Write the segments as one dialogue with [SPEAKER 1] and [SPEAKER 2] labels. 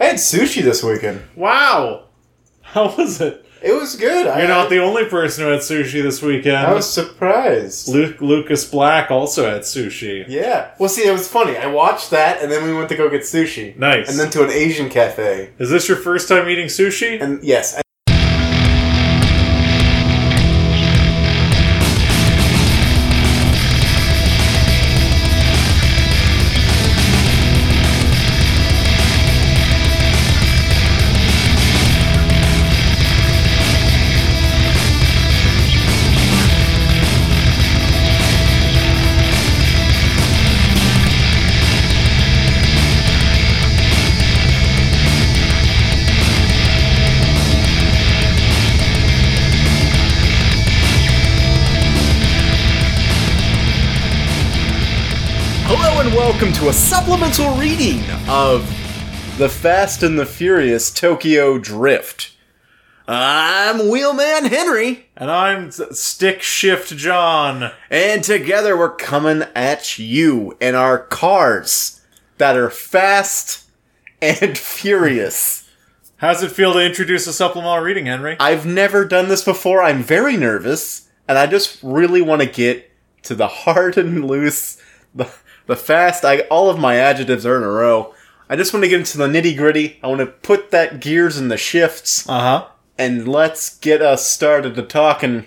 [SPEAKER 1] I had sushi this weekend.
[SPEAKER 2] Wow. How was it?
[SPEAKER 1] It was good. I,
[SPEAKER 2] You're not the only person who had sushi this weekend.
[SPEAKER 1] I was surprised.
[SPEAKER 2] Luke Lucas Black also had sushi.
[SPEAKER 1] Yeah. Well, see, it was funny. I watched that, and then we went to go get sushi.
[SPEAKER 2] Nice.
[SPEAKER 1] And then to an Asian cafe.
[SPEAKER 2] Is this your first time eating sushi?
[SPEAKER 1] And yes, I-
[SPEAKER 3] Hello and welcome to a supplemental reading of The Fast and the Furious Tokyo Drift. I'm Wheelman Henry,
[SPEAKER 2] And I'm S- Stick Shift John.
[SPEAKER 3] and together we're coming at you in our cars that are fast and furious.
[SPEAKER 2] How's it feel to introduce a supplemental reading, Henry?
[SPEAKER 3] I've never done this before, I'm very nervous, and I just really want to get to the hard and loose, the, the fast, I, all of my adjectives are in a row. I just want to get into the nitty gritty. I want to put that gears in the shifts.
[SPEAKER 2] Uh
[SPEAKER 1] Uh-huh.
[SPEAKER 3] and let's get us started to talking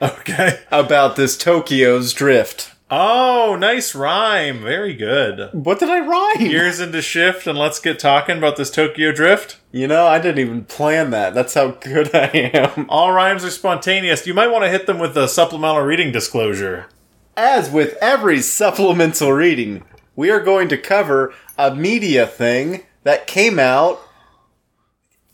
[SPEAKER 2] huh. Okay.
[SPEAKER 3] about this Tokyo's drift.
[SPEAKER 2] Oh, nice rhyme. Very good.
[SPEAKER 3] What did I rhyme?
[SPEAKER 2] Gears into shift, and let's get talking about this Tokyo Drift.
[SPEAKER 3] you know, I didn't even plan that. That's how good I am.
[SPEAKER 2] All rhymes are spontaneous. You might want to hit them with a supplemental reading disclosure.
[SPEAKER 3] As with every supplemental reading, we are going to cover a media thing that came out.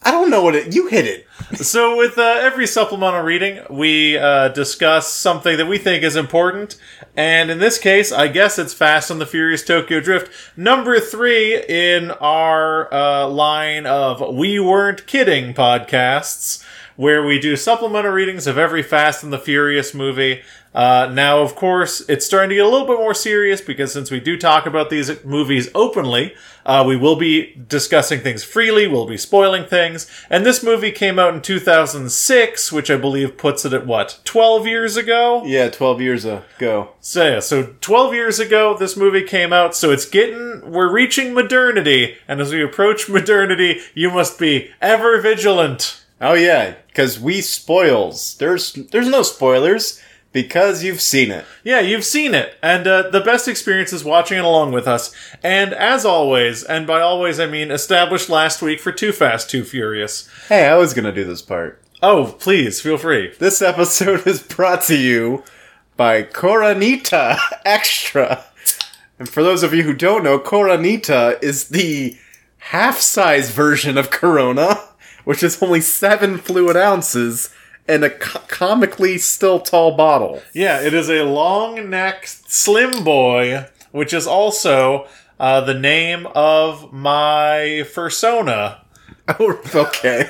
[SPEAKER 3] I don't know what it. You hit it.
[SPEAKER 2] So, with uh, every supplemental reading, we uh, discuss something that we think is important. And in this case, I guess it's Fast and the Furious Tokyo Drift, number three in our uh, line of We Weren't Kidding podcasts, where we do supplemental readings of every Fast and the Furious movie. Uh, now, of course, it's starting to get a little bit more serious because since we do talk about these movies openly, uh, we will be discussing things freely, we'll be spoiling things. And this movie came out in 2006, which I believe puts it at what, 12 years ago?
[SPEAKER 3] Yeah, twelve years ago.
[SPEAKER 2] So, yeah, so 12 years ago, this movie came out, so it's getting, we're reaching modernity. And as we approach modernity, you must be ever vigilant.
[SPEAKER 3] Oh yeah, because we spoils. There's there's no spoilers because you've seen it.
[SPEAKER 2] Yeah, you've seen it, and uh, the best experience is watching it along with us. And as always, and by always I mean established last week for Too Fast, Too Furious.
[SPEAKER 3] Hey, I was gonna do this part.
[SPEAKER 2] Oh, please feel free.
[SPEAKER 3] This episode is brought to you by Coronita Extra. And for those of you who don't know, Coronita is the half size version of Corona, which is only seven fluid ounces and a co- comically still tall bottle.
[SPEAKER 2] Yeah, it is a long necked slim boy, which is also uh, the name of my fursona.
[SPEAKER 3] Oh, okay.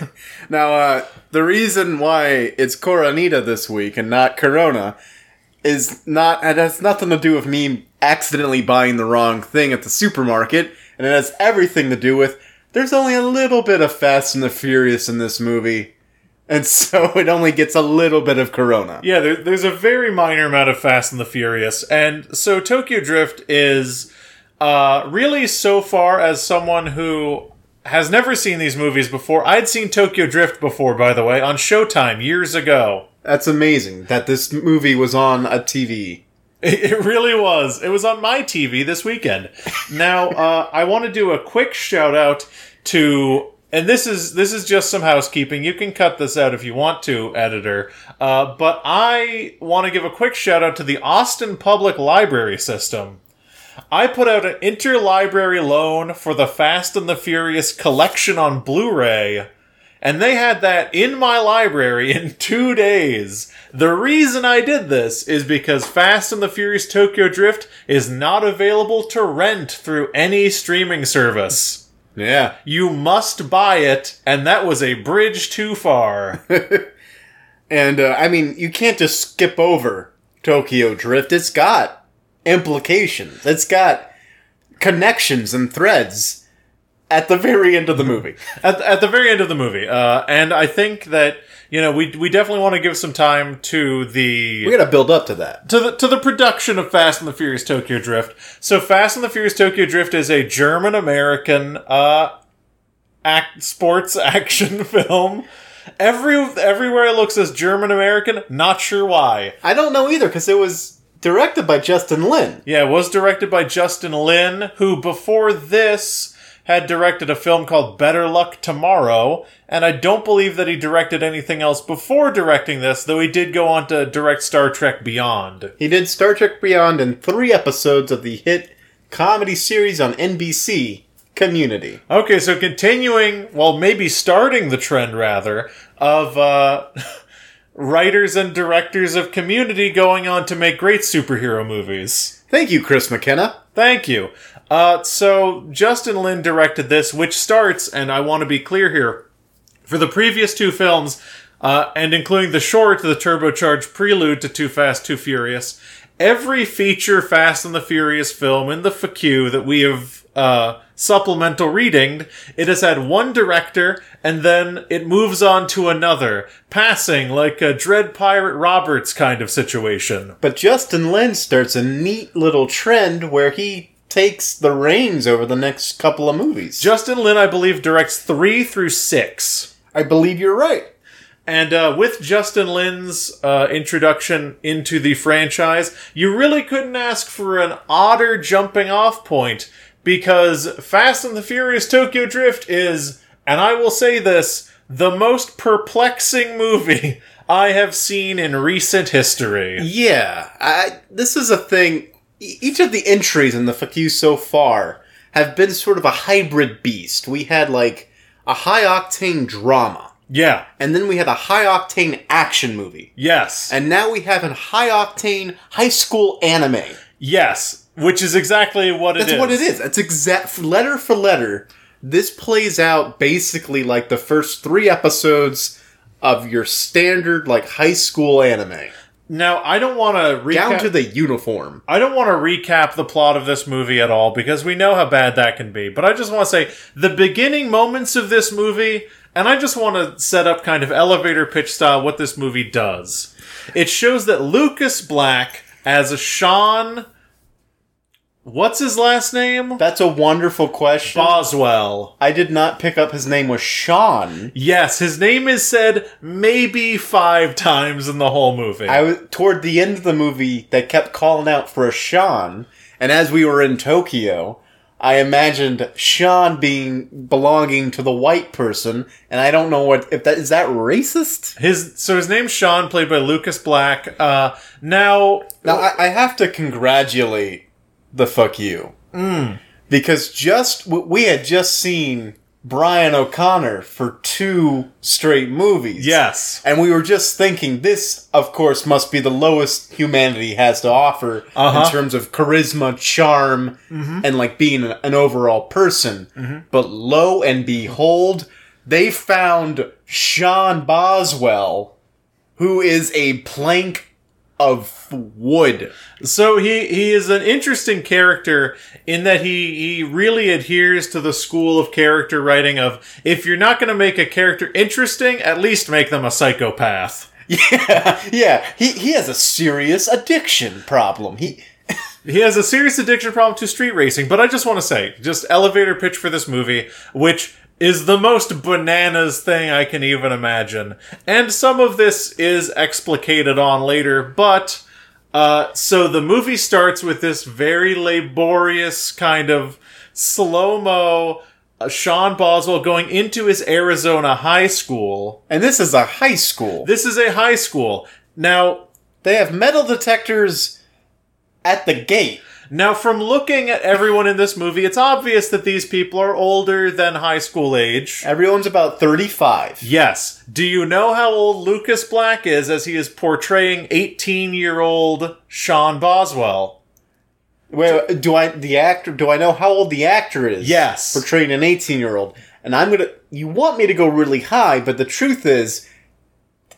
[SPEAKER 3] now, uh, the reason why it's Coronita this week and not Corona is not, it has nothing to do with me accidentally buying the wrong thing at the supermarket, and it has everything to do with there's only a little bit of Fast and the Furious in this movie, and so it only gets a little bit of Corona.
[SPEAKER 2] Yeah, there, there's a very minor amount of Fast and the Furious, and so Tokyo Drift is uh, really so far as someone who has never seen these movies before. I'd seen Tokyo Drift before, by the way, on Showtime years ago.
[SPEAKER 3] That's amazing that this movie was on a TV.
[SPEAKER 2] It, it really was. It was on my TV this weekend. Now, uh, I want to do a quick shout out to. And this is this is just some housekeeping. You can cut this out if you want to, editor. Uh, but I want to give a quick shout out to the Austin Public Library System. I put out an interlibrary loan for the Fast and the Furious collection on Blu-ray, and they had that in my library in two days. The reason I did this is because Fast and the Furious Tokyo Drift is not available to rent through any streaming service.
[SPEAKER 3] Yeah.
[SPEAKER 2] You must buy it, and that was a bridge too far.
[SPEAKER 3] And uh, I mean, you can't just skip over Tokyo Drift. It's got implications. It's got connections and threads
[SPEAKER 4] at the very end of the movie.
[SPEAKER 2] at, at the very end of the movie. Uh, and I think that you know we we definitely want to give some time to the
[SPEAKER 4] We gotta build up to that.
[SPEAKER 2] to the to the production of Fast and the Furious Tokyo Drift. So Fast and the Furious Tokyo Drift is a German American uh act sports action film. Every everywhere it looks as German American, not sure why.
[SPEAKER 3] I don't know either because it was directed by Justin Lin.
[SPEAKER 2] Yeah, it was directed by Justin Lin, who before this had directed a film called Better Luck Tomorrow, and I don't believe that he directed anything else before directing this, though he did go on to direct Star Trek Beyond.
[SPEAKER 3] He did Star Trek Beyond and three episodes of the hit comedy series on NBC, Community.
[SPEAKER 2] Okay, so continuing, well, maybe starting the trend rather of uh, writers and directors of Community going on to make great superhero movies.
[SPEAKER 4] Thank you, Chris McKenna.
[SPEAKER 2] Thank you. Uh, so Justin Lin directed this, which starts, and I want to be clear here, for the previous two films, uh, and including the short, the turbocharged prelude to Too Fast, Too Furious. Every feature Fast and the Furious film in the FAQ that we have uh, supplemental reading, it has had one director, and then it moves on to another, passing like a Dread Pirate Roberts kind of situation.
[SPEAKER 3] But Justin Lin starts a neat little trend where he takes the reins over the next couple of movies.
[SPEAKER 2] Justin Lin, I believe, directs three through six.
[SPEAKER 3] I believe you're right.
[SPEAKER 2] And uh, with Justin Lin's uh, introduction into the franchise, you really couldn't ask for an odder jumping off point because Fast and the Furious Tokyo Drift is, and I will say this, the most perplexing movie I have seen in recent history.
[SPEAKER 3] Yeah, I, this is a thing. e- Each of the entries in the FAQ so far have been sort of a hybrid beast. We had like a high octane drama,
[SPEAKER 2] Yeah,
[SPEAKER 3] and then we had a high octane action movie,
[SPEAKER 2] yes,
[SPEAKER 3] and now we have a high octane high school anime.
[SPEAKER 2] yes, which is exactly what it is.
[SPEAKER 3] That's what it is. That's exact letter for letter. This plays out basically like the first three episodes of your standard like high school anime,
[SPEAKER 2] Now, I don't want to recap.
[SPEAKER 3] down to the uniform.
[SPEAKER 2] I don't want to recap the plot of this movie at all because we know how bad that can be. But I just want to say the beginning moments of this movie, and I just want to set up kind of elevator pitch style what this movie does. It shows that Lucas Black as a Sean. What's his last name?
[SPEAKER 3] That's a wonderful question.
[SPEAKER 2] Boswell.
[SPEAKER 3] I did not pick up his name was Sean.
[SPEAKER 2] Yes, his name is said maybe five times in the whole movie.
[SPEAKER 3] I was toward the end of the movie they kept calling out for a Sean, and as we were in Tokyo, I imagined Sean being belonging to the white person, and I don't know what if that is that racist.
[SPEAKER 2] his so his name's Sean, played by Lucas Black. Uh, now
[SPEAKER 3] Now I, I have to congratulate the fuck you because just we had just seen Brian O'Connor for two straight movies.
[SPEAKER 2] yes,
[SPEAKER 3] And we were just thinking, this, of course, must be the lowest humanity has to offer
[SPEAKER 2] Uh-huh.
[SPEAKER 3] in terms of charisma, charm, and like being an, an overall person. But lo and behold, they found Sean Boswell, who is a plank of wood.
[SPEAKER 2] So he he is an interesting character in that he he really adheres to the school of character writing of if you're not going to make a character interesting, at least make them a psychopath.
[SPEAKER 3] Yeah, yeah. He, he has a serious addiction problem. He.
[SPEAKER 2] He has a serious addiction problem to street racing, but I just want to say, just elevator pitch for this movie, which is the most bananas thing I can even imagine. And some of this is explicated on later, but uh, so the movie starts with this very laborious kind of slow mo uh, Sean Boswell going into his Arizona high school.
[SPEAKER 3] And this is a high school.
[SPEAKER 2] This is a high school. Now,
[SPEAKER 3] They have metal detectors at the gate.
[SPEAKER 2] Now, from looking at everyone in this movie, it's obvious that these people are older than high school age.
[SPEAKER 3] Everyone's about 35.
[SPEAKER 2] Yes. Do you know how old Lucas Black is as he is portraying 18 year old Sean Boswell?
[SPEAKER 3] Wait, do I the actor do I know how old the actor is?
[SPEAKER 2] Yes.
[SPEAKER 3] Portraying an 18-year-old. And I'm going to you want me to go really high, but the truth is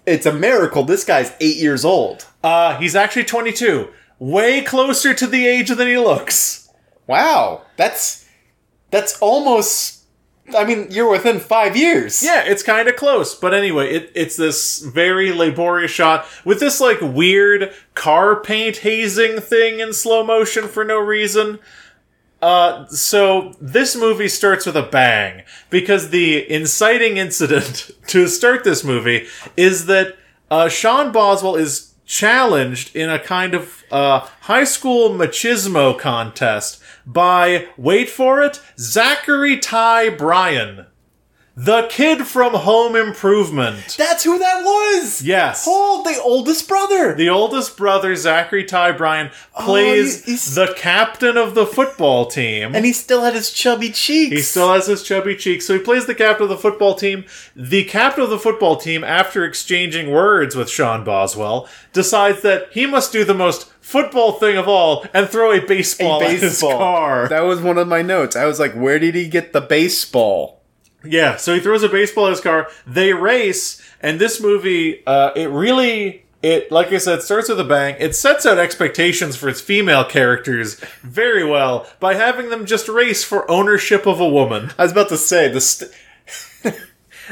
[SPEAKER 3] it's a miracle this guy's 8 years old.
[SPEAKER 2] Uh, he's actually 22. Way closer to the age than he looks.
[SPEAKER 3] Wow. That's that's almost I mean, you're within five years.
[SPEAKER 2] Yeah, it's kind of close. But anyway, it, it's this very laborious shot with this like weird car paint hazing thing in slow motion for no reason. Uh, so this movie starts with a bang because the inciting incident to start this movie is that uh, Sean Boswell is challenged in a kind of uh, high school machismo contest by wait for it Zachary Ty Bryan, the kid from Home Improvement.
[SPEAKER 3] That's who that was.
[SPEAKER 2] Yes.
[SPEAKER 3] Paul, the oldest brother.
[SPEAKER 2] The oldest brother, Zachary Ty Bryan, plays
[SPEAKER 3] he's- Oh, he's-
[SPEAKER 2] the captain of the football team.
[SPEAKER 3] and he still had his chubby cheeks.
[SPEAKER 2] He still has his chubby cheeks, so he plays the captain of the football team. The captain of the football team, after exchanging words with Sean Boswell, decides that he must do the most football thing of all and throw a baseball, at his
[SPEAKER 3] baseball.
[SPEAKER 2] car.
[SPEAKER 4] That was one of my notes. I was like, where did he get the baseball?
[SPEAKER 2] Yeah, so he throws a baseball at his car. They race, and this movie, uh, it really, it like I said, starts with a bang. It sets out expectations for its female characters very well by having them just race for ownership of a woman.
[SPEAKER 3] I was about to say the st-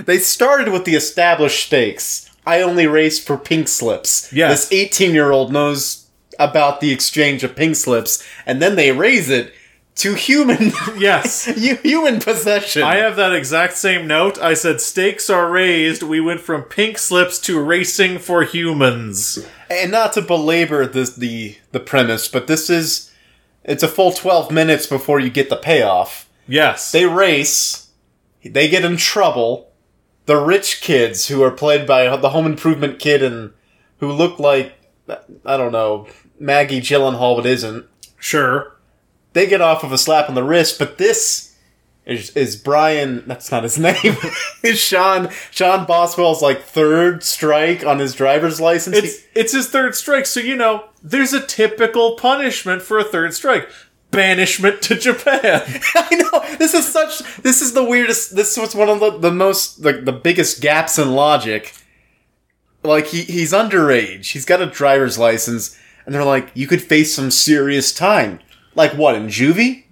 [SPEAKER 3] they started with the established stakes. I only race for pink slips.
[SPEAKER 2] Yes.
[SPEAKER 3] This 18 year old knows about the exchange of pink slips, and then they raise it to human
[SPEAKER 2] Yes.
[SPEAKER 3] hu- human possession.
[SPEAKER 2] I uh, have that exact same note. I said stakes are raised. We went from pink slips to racing for humans.
[SPEAKER 3] and not to belabor this, the the premise, but this is it's a full 12 minutes before you get the payoff.
[SPEAKER 2] Yes.
[SPEAKER 3] They race. They get in trouble. The rich kids, who are played by the home improvement kid and who look like, I don't know, Maggie Gyllenhaal, but isn't,
[SPEAKER 2] sure.
[SPEAKER 3] they get off of a slap on the wrist, but this is, is Brian, that's not his name, is Sean, Sean Boswell's like third strike on his driver's license.
[SPEAKER 2] It's it's his third strike, so you know there's a typical punishment for a third strike: banishment to Japan.
[SPEAKER 3] I know this is such. This is the weirdest. This was one of the, the most like the biggest gaps in logic. Like he he's underage. He's got a driver's license, and they're like, you could face some serious time. Like what in juvie,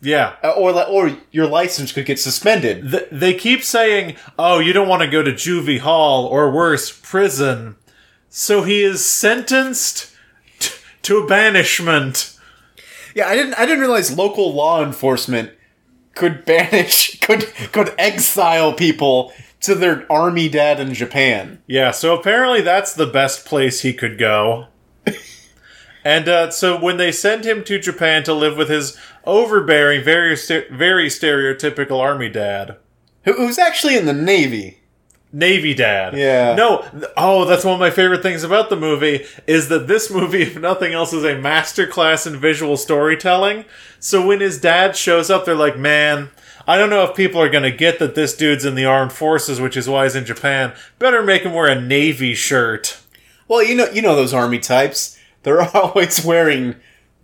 [SPEAKER 2] yeah.
[SPEAKER 3] Uh, or li- or your license could get suspended.
[SPEAKER 2] Th- they keep saying, "Oh, you don't want to go to juvie hall or worse, prison." So he is sentenced t- to banishment.
[SPEAKER 3] Yeah, I didn't I didn't realize local law enforcement could banish could could exile people to their army dad in Japan.
[SPEAKER 2] Yeah, so apparently that's the best place he could go. and uh, so when they send him to Japan to live with his overbearing, very ste- very stereotypical army dad,
[SPEAKER 3] Who, who's actually in the navy?
[SPEAKER 2] Navy dad.
[SPEAKER 3] Yeah.
[SPEAKER 2] No, th- oh, that's one of my favorite things about the movie is that this movie, if nothing else, is a masterclass in visual storytelling. So when his dad shows up, they're like, man. I don't know if people are going to get that this dude's in the armed forces, which is why he's in Japan. Better make him wear a navy shirt.
[SPEAKER 3] Well, you know, you know those army types. They're always wearing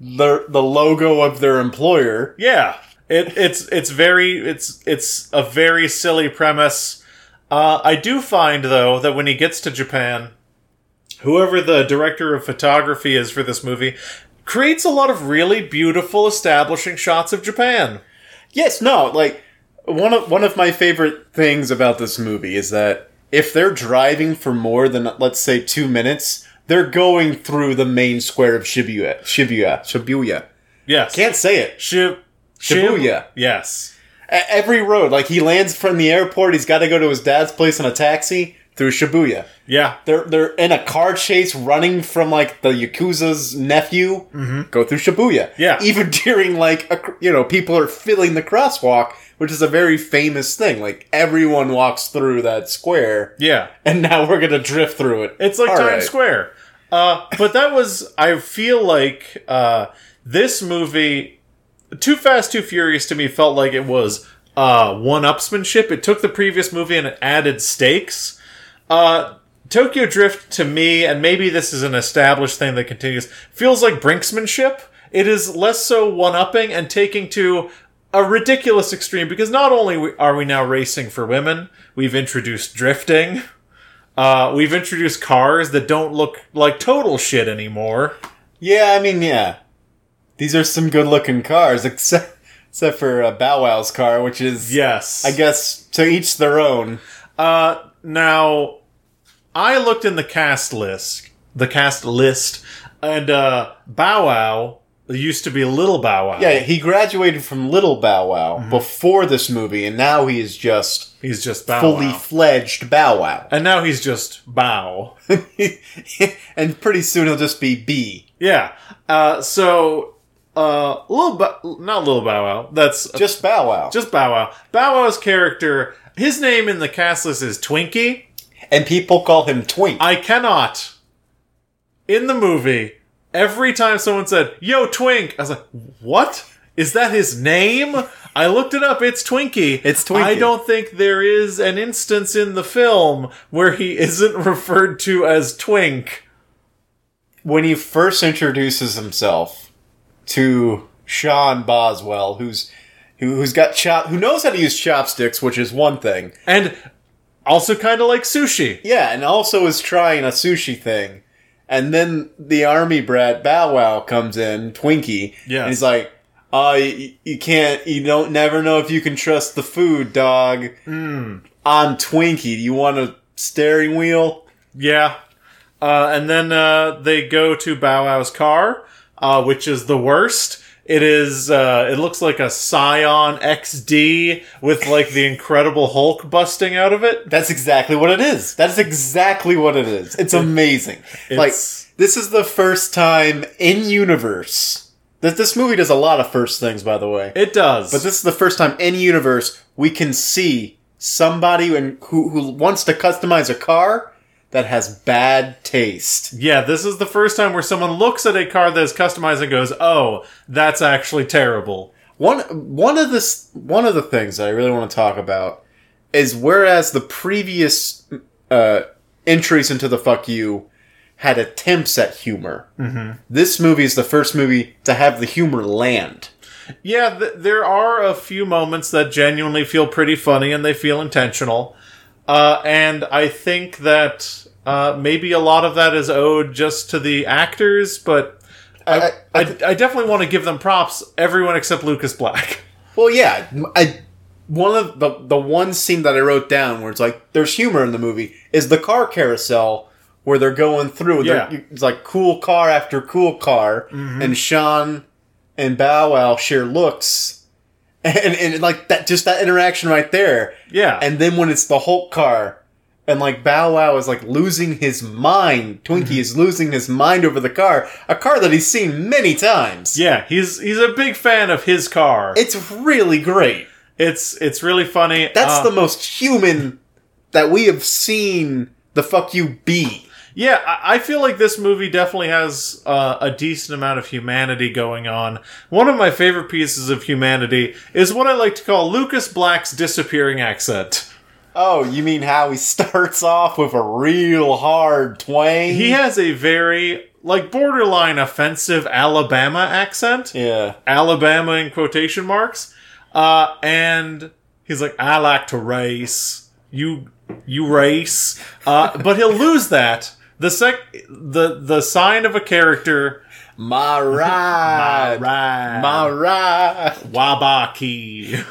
[SPEAKER 3] the the logo of their employer.
[SPEAKER 2] Yeah, it, it's it's very it's it's a very silly premise. Uh, I do find though that when he gets to Japan, whoever the director of photography is for this movie creates a lot of really beautiful establishing shots of Japan.
[SPEAKER 3] Yes, no, like one of one of my favorite things about this movie is that if they're driving for more than let's say 2 minutes, they're going through the main square of Shibuya. Shibuya. Shibuya.
[SPEAKER 2] Yes,
[SPEAKER 3] Can't say it.
[SPEAKER 2] Shib-
[SPEAKER 3] Shibuya.
[SPEAKER 2] Yes,
[SPEAKER 3] E- Every road, like he lands from the airport, he's got to go to his dad's place in a taxi through Shibuya.
[SPEAKER 2] yeah.
[SPEAKER 3] They're they're in a car chase, running from like the yakuza's nephew. Go through Shibuya.
[SPEAKER 2] Mm-hmm. Yeah.
[SPEAKER 3] even during like a, cr- you know people are filling the crosswalk, which is a very famous thing. Like everyone walks through that square,
[SPEAKER 2] Yeah,
[SPEAKER 3] and now we're gonna drift through it.
[SPEAKER 2] it's like
[SPEAKER 3] All
[SPEAKER 2] Times
[SPEAKER 3] right.
[SPEAKER 2] Square. Uh, but that was I feel like uh, this movie, Too Fast, Too Furious, to me felt like it was uh, one-upsmanship. It took the previous movie and it added stakes. Uh, Tokyo Drift to me, and maybe this is an established thing that continues, feels like brinksmanship. It is less so one-upping and taking to a ridiculous extreme because not only we- are we now racing for women, we've introduced drifting. Uh, we've introduced cars that don't look like total shit anymore.
[SPEAKER 3] Yeah, I mean, yeah, these are some good looking cars, except Except for uh, Bow Wow's car, which is
[SPEAKER 2] Yes.
[SPEAKER 3] I guess to each their own.
[SPEAKER 2] Uh, now, I looked in the cast list, the cast list, and uh, Bow Wow used to be Little Bow Wow.
[SPEAKER 3] Yeah, he graduated from Little Bow Wow
[SPEAKER 2] Mm-hmm.
[SPEAKER 3] before this movie, and now he is just
[SPEAKER 2] he's just Bow
[SPEAKER 3] fully
[SPEAKER 2] Wow,
[SPEAKER 3] fledged Bow Wow.
[SPEAKER 2] and now he's just Bow.
[SPEAKER 3] and pretty soon he'll just be B.
[SPEAKER 2] yeah. Uh, so uh, little, Bow not Little Bow Wow. That's just,
[SPEAKER 3] Just Bow Wow.
[SPEAKER 2] just Bow Wow. Bow Wow's character, his name in the cast list is Twinkie.
[SPEAKER 3] and people call him Twink.
[SPEAKER 2] I cannot. In the movie, every time someone said, Yo, Twink, I was like, What? Is that his name? I looked it up. It's Twinkie.
[SPEAKER 3] It's Twinkie.
[SPEAKER 2] I don't think there is an instance in the film where he isn't referred to as Twink.
[SPEAKER 3] when he first introduces himself to Sean Boswell, who's who, who's got chop, who knows how to use chopsticks, which is one thing.
[SPEAKER 2] And also kind of like sushi.
[SPEAKER 3] Yeah, and also is trying a sushi thing. And then the army brat Bow Wow comes in, Twinkie,
[SPEAKER 2] Yes.
[SPEAKER 3] and he's like, "Uh, you, you can't, you don't never know if you can trust the food, dog."
[SPEAKER 2] Hmm.
[SPEAKER 3] I'm Twinkie. Do you want a steering wheel?
[SPEAKER 2] Yeah. Uh, and then uh, they go to Bow Wow's car, uh, which is the worst. It is. Uh, it looks like a Scion XD with like the Incredible Hulk busting out of it.
[SPEAKER 3] That's exactly what it is. That's exactly what it is. It's amazing. like
[SPEAKER 2] It's-
[SPEAKER 3] this is the first time in universe. This this movie does a lot of first things, by the way.
[SPEAKER 2] It does.
[SPEAKER 3] But this is the first time in universe we can see somebody in, who who wants to customize a car that has bad taste.
[SPEAKER 2] yeah, this is the first time where someone looks at a car that is customized and goes, "Oh, that's actually terrible."
[SPEAKER 3] One one of this one of the things that I really want to talk about is whereas the previous uh, entries into the fuck you had attempts at humor,
[SPEAKER 2] Mm-hmm.
[SPEAKER 3] this movie is the first movie to have the humor land.
[SPEAKER 2] Yeah, th- there are a few moments that genuinely feel pretty funny and they feel intentional. Uh, and I think that uh, maybe a lot of that is owed just to the actors, but I, I,
[SPEAKER 3] I-
[SPEAKER 2] I, definitely want to give them props, everyone except Lucas Black.
[SPEAKER 3] Well, yeah, I one of the the one scene that I wrote down where it's like there's humor in the movie is the car carousel where they're going through. They're-
[SPEAKER 2] Yeah. Mm-hmm.
[SPEAKER 3] it's like cool car after cool car, and Sean and Bow Wow share looks, and and like that just that interaction right there,
[SPEAKER 2] Yeah.
[SPEAKER 3] and then when it's the Hulk car. And like Bow Wow is like losing his mind. Twinkie
[SPEAKER 2] Mm-hmm.
[SPEAKER 3] is losing his mind over the car, a car that he's seen many times.
[SPEAKER 2] yeah, he's he's a big fan of his car.
[SPEAKER 3] It's really great.
[SPEAKER 2] It's it's really funny.
[SPEAKER 3] That's
[SPEAKER 2] Uh,
[SPEAKER 3] the most human that we have seen the fuck you be.
[SPEAKER 2] Yeah, I I feel like this movie definitely has uh, a decent amount of humanity going on. One of my favorite pieces of humanity is what I like to call Lucas Black's disappearing accent.
[SPEAKER 3] Oh, you mean how he starts off with a real hard twang?
[SPEAKER 2] He has a very, like, borderline offensive Alabama accent.
[SPEAKER 3] yeah.
[SPEAKER 2] Alabama in quotation marks. Uh, and he's like, I like to race. You, you race. Uh, but he'll lose that. The sec, the, the sign of a character
[SPEAKER 3] My ride.
[SPEAKER 2] Right.
[SPEAKER 3] Uh, My ride.
[SPEAKER 2] Wabaki.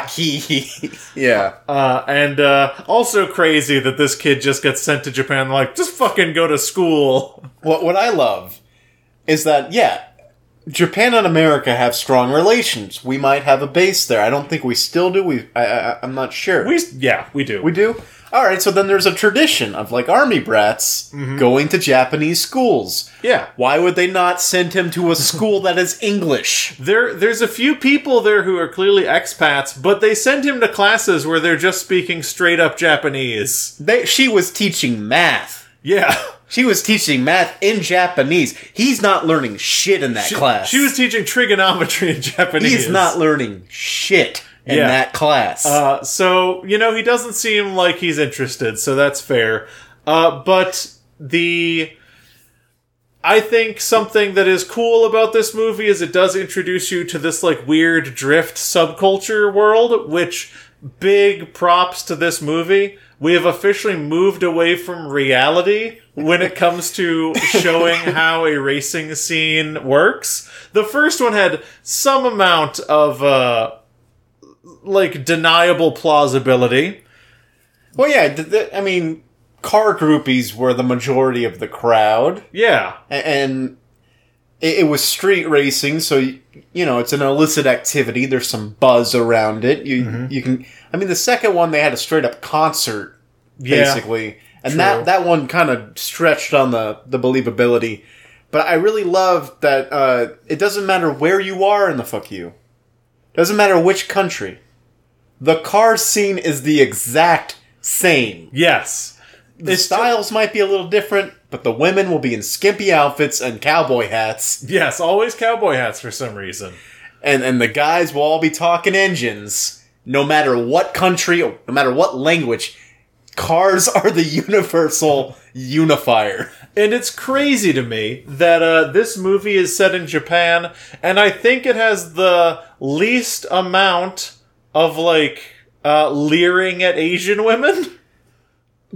[SPEAKER 3] Wabaki. yeah.
[SPEAKER 2] Uh, and uh, also crazy that this kid just gets sent to Japan. Like, just fucking go to school.
[SPEAKER 3] What, what I love is that, yeah, Japan and America have strong relations. We might have a base there. I don't think we still do. We, I, I, I'm not sure.
[SPEAKER 2] We yeah, we do.
[SPEAKER 3] We do? All right, so then there's a tradition of like army brats going to Japanese schools.
[SPEAKER 2] Mm-hmm. yeah.
[SPEAKER 3] Why would they not send him to a school that is English?
[SPEAKER 2] There, there's a few people there who are clearly expats, but they send him to classes where they're just speaking straight up Japanese.
[SPEAKER 3] They, she was teaching math.
[SPEAKER 2] Yeah.
[SPEAKER 3] She was teaching math in Japanese. He's not learning shit in that class.
[SPEAKER 2] She was teaching trigonometry in Japanese.
[SPEAKER 3] He's not learning shit in
[SPEAKER 2] Yeah.
[SPEAKER 3] that class.
[SPEAKER 2] Uh, so you know he doesn't seem like he's interested, so that's fair. Uh, but the I think something that is cool about this movie is it does introduce you to this like weird drift subculture world, which big props to this movie. We have officially moved away from reality when it comes to showing how a racing scene works. The first one had some amount of uh, like deniable plausibility.
[SPEAKER 3] Well, yeah, th- th- I mean, car groupies were the majority of the crowd,
[SPEAKER 2] Yeah,
[SPEAKER 3] a- and it, it was street racing, so y- you know it's an illicit activity. There's some buzz around it. You
[SPEAKER 2] Mm-hmm.
[SPEAKER 3] you can, I mean, the second one they had a straight up concert
[SPEAKER 2] yeah.
[SPEAKER 3] basically, and
[SPEAKER 2] True.
[SPEAKER 3] that that one kind of stretched on the the believability. But I really love that uh, it doesn't matter where you are in the fuck you, doesn't matter which country, the car scene is the exact same.
[SPEAKER 2] Yes,
[SPEAKER 3] The styles might be a little different, but the women will be in skimpy outfits and cowboy hats,
[SPEAKER 2] yes, always cowboy hats for some reason.
[SPEAKER 3] and and the guys will all be talking engines, no matter what country, or no matter what language. Cars are the universal unifier.
[SPEAKER 2] And it's crazy to me that uh, this movie is set in Japan, and I think it has the least amount of like uh, leering at Asian women.